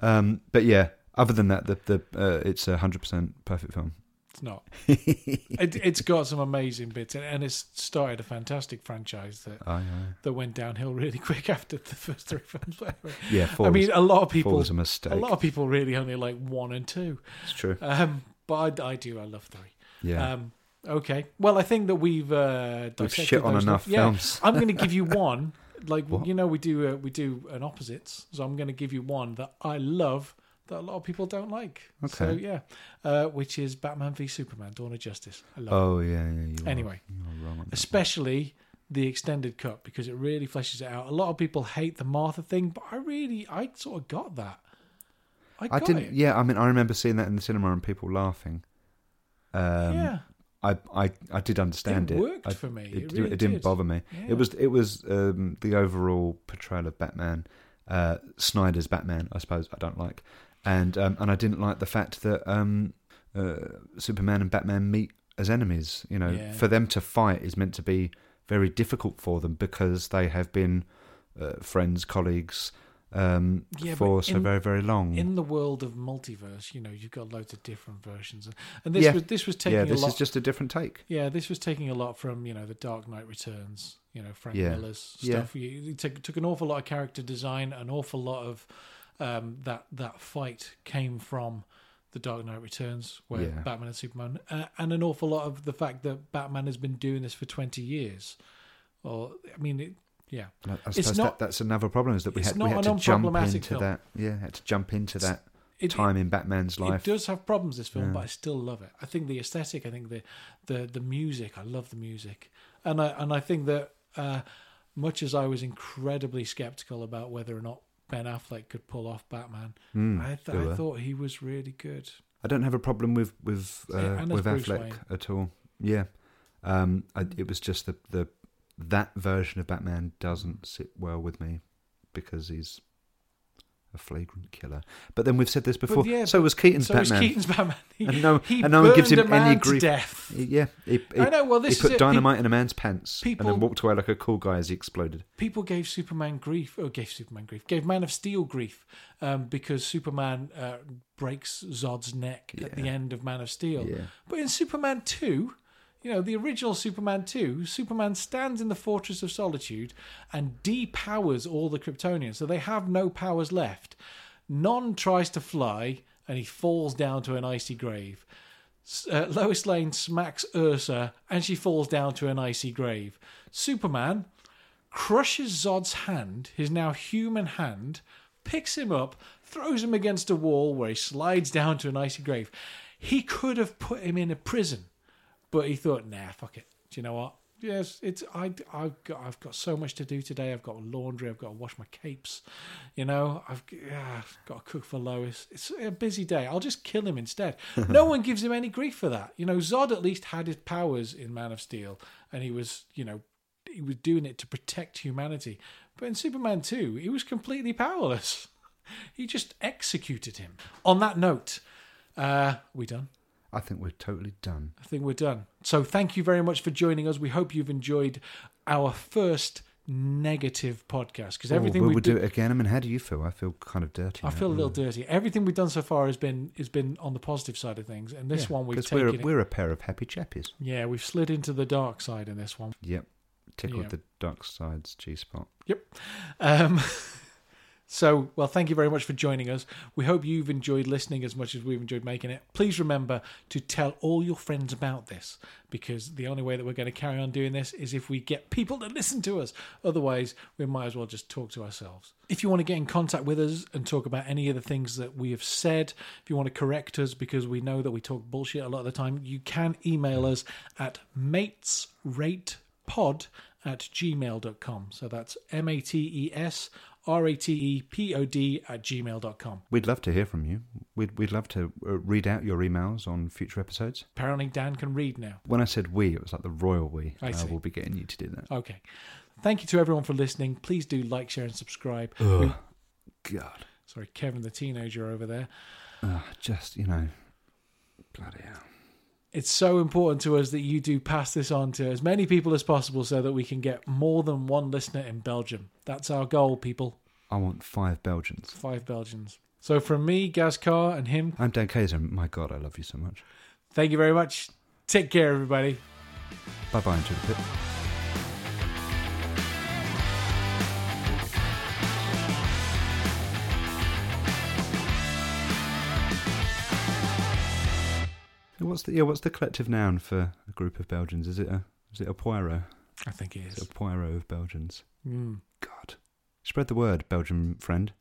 S2: Um, but yeah, other than that, the the uh, it's a hundred percent perfect film.
S1: it's not. *laughs* it, it's got some amazing bits, and, and it's started a fantastic franchise that
S2: I know.
S1: that went downhill really *laughs* quick after the first three films. *laughs* But anyway.
S2: Yeah, four.
S1: I mean,
S2: was,
S1: a lot of
S2: four
S1: people,
S2: was a mistake.
S1: a lot of people really only like one and two.
S2: It's true.
S1: Um, but I, I do, I love three.
S2: Yeah,
S1: Um, okay. Well, I think that we've uh, dissected
S2: shit on
S1: those
S2: enough
S1: stuff. Yeah.
S2: films.
S1: I'm going to give
S2: *laughs*
S1: you one. Like
S2: What?
S1: you know, we do uh, we do an opposites. So I'm going to give you one that I love that a lot of people don't like. So
S2: Okay.
S1: yeah, uh, which is Batman v Superman: Dawn of Justice. I love.
S2: oh yeah, yeah. You
S1: Anyway.
S2: are, you are wrong. on
S1: it.
S2: that.
S1: Especially the extended cut because it really fleshes it out. A lot of people hate the Martha thing, but I really I sort of got that. I,
S2: I
S1: got
S2: didn't.
S1: It.
S2: Yeah, I mean, I remember seeing that in the cinema and people laughing. Um,
S1: yeah.
S2: I, I, I did understand
S1: It
S2: it.
S1: worked
S2: I-
S1: for me. It
S2: It,
S1: really
S2: didn't
S1: did.
S2: bother me.
S1: Yeah.
S2: It was it was um, the overall portrayal of Batman, uh, Snyder's Batman. I suppose I don't like, and um, and I didn't like the fact that um, uh, Superman and Batman meet as enemies. You know,
S1: Yeah.
S2: for them to fight is meant to be very difficult for them because they have been uh, friends, colleagues um,
S1: Yeah, but
S2: for so
S1: in-
S2: very very long.
S1: in the world of multiverse, you know, you've got loads of different versions, and, and this
S2: Yeah.
S1: was this was taking
S2: yeah,
S1: a
S2: this
S1: lot.
S2: is just a different take.
S1: yeah, this was taking a lot from you know the Dark Knight Returns, you know Frank
S2: Yeah.
S1: Miller's
S2: Yeah.
S1: stuff. You, you took took an awful lot of character design, an awful lot of um, that that fight came from the Dark Knight Returns, where
S2: Yeah.
S1: Batman and Superman, uh, and an awful lot of the fact that Batman has been doing this for twenty years. Or I mean, it, yeah,
S2: And I, I suppose
S1: not-
S2: that, that's another problem is that we
S1: it's
S2: had,
S1: not
S2: we had
S1: an
S2: to jump
S1: unproblematic
S2: into
S1: film.
S2: that. Yeah, had to jump into that
S1: It-
S2: time in Batman's life.
S1: It does have problems, this film, but I still love it. I think the aesthetic, I think the the the music, I love the music, and I and I think that uh, much as I was incredibly skeptical about whether or not Ben Affleck could pull off Batman.
S2: Mm,
S1: I,
S2: they
S1: th- I
S2: were.
S1: thought he was really good.
S2: I don't have a problem with with uh,
S1: Yeah, and as
S2: with
S1: Bruce
S2: Affleck
S1: Wayne. Mm.
S2: at all. Yeah, um, I, it was just the the that version of Batman doesn't sit well with me because he's a flagrant killer. But then we've said this before.
S1: yeah,
S2: so was Keaton's
S1: so
S2: Batman.
S1: is Keaton's Batman. *laughs* He,
S2: And no-
S1: he
S2: and no one gives
S1: burned
S2: him
S1: a
S2: any
S1: man
S2: grief.
S1: To death.
S2: He- yeah, he, he,
S1: I know. Well,
S2: he
S1: this
S2: put
S1: is it. Pe-
S2: dynamite in a man's pants and
S1: people-
S2: then walked away like a cool guy as he exploded.
S1: people gave Superman grief, or gave Superman grief, gave Man of Steel grief, um, because Superman uh, breaks Zod's neck at the
S2: Yeah.
S1: end of Man of Steel.
S2: Yeah.
S1: But in Superman 2, you know, the original Superman 2, Superman stands in the Fortress of Solitude and depowers all the Kryptonians. So they have no powers left. None tries to fly and he falls down to an icy grave. S- Uh, Lois Lane smacks Ursa and she falls down to an icy grave. Superman crushes Zod's hand, his now human hand, picks him up, throws him against a wall where he slides down to an icy grave. He could have put him in a prison, but he thought, nah, fuck it. Do you know what? Yes, it's I. I've got I've got so much to do today. I've got laundry. I've got to wash my capes. You know, I've, yeah, I've got to cook for Lois. It's a busy day. I'll just kill him instead. no one gives him any grief for that. You know, Zod at least had his powers in Man of Steel, and he was you know he was doing it to protect humanity. But in Superman 2, he was completely powerless. *laughs* He just executed him. On that note, uh, we done.
S2: I think we're totally done.
S1: I think we're done. So thank you very much for joining us. We hope you've enjoyed our first negative podcast because everything
S2: oh,
S1: we
S2: we'll
S1: do,
S2: do it again. I mean, how do you feel? I feel kind of dirty.
S1: I
S2: now.
S1: feel a little dirty. Everything we've done so far has been has been on the positive side of things, and this
S2: Yeah,
S1: one we've
S2: 'cause
S1: taken.
S2: we're a,
S1: it-
S2: we're a pair of happy chappies.
S1: yeah, we've slid into the dark side in this one.
S2: Yep, tickled
S1: Yeah.
S2: the dark side's G spot.
S1: Um, so, well, thank you very much for joining us. We hope you've enjoyed listening as much as we've enjoyed making it. Please remember to tell all your friends about this because the only way that we're going to carry on doing this is if we get people to listen to us. Otherwise, we might as well just talk to ourselves. If you want to get in contact with us and talk about any of the things that we have said, if you want to correct us because we know that we talk bullshit a lot of the time, you can email us at matesratepod at gmail.com. So that's M A T E S R A T E P O D at gmail.com.
S2: We'd love to hear from you. We'd, we'd love to uh, read out your emails on future episodes.
S1: Apparently, Dan can read now.
S2: When I said we, it was like the royal we.
S1: I see.
S2: will be getting you to do that.
S1: Okay. Thank you to everyone for listening. Please do like, share, and subscribe. We-
S2: God,
S1: sorry, Kevin, the teenager over there.
S2: Ah, just you know, bloody hell.
S1: It's so important to us that you do pass this on to as many people as possible so that we can get more than one listener in Belgium. That's our goal, people.
S2: I want five Belgians.
S1: Five Belgians. So, from me, Gaz Carr, and him,
S2: I'm Dan Kayser. My God, I love you so much.
S1: thank you very much. Take care, everybody.
S2: Bye bye into the pit. What's the yeah? What's the collective noun for a group of Belgians? Is it a is it a Poirot?
S1: I think it
S2: Is
S1: is.
S2: it a Poirot of Belgians?
S1: Mm.
S2: God, spread the word, Belgian friend.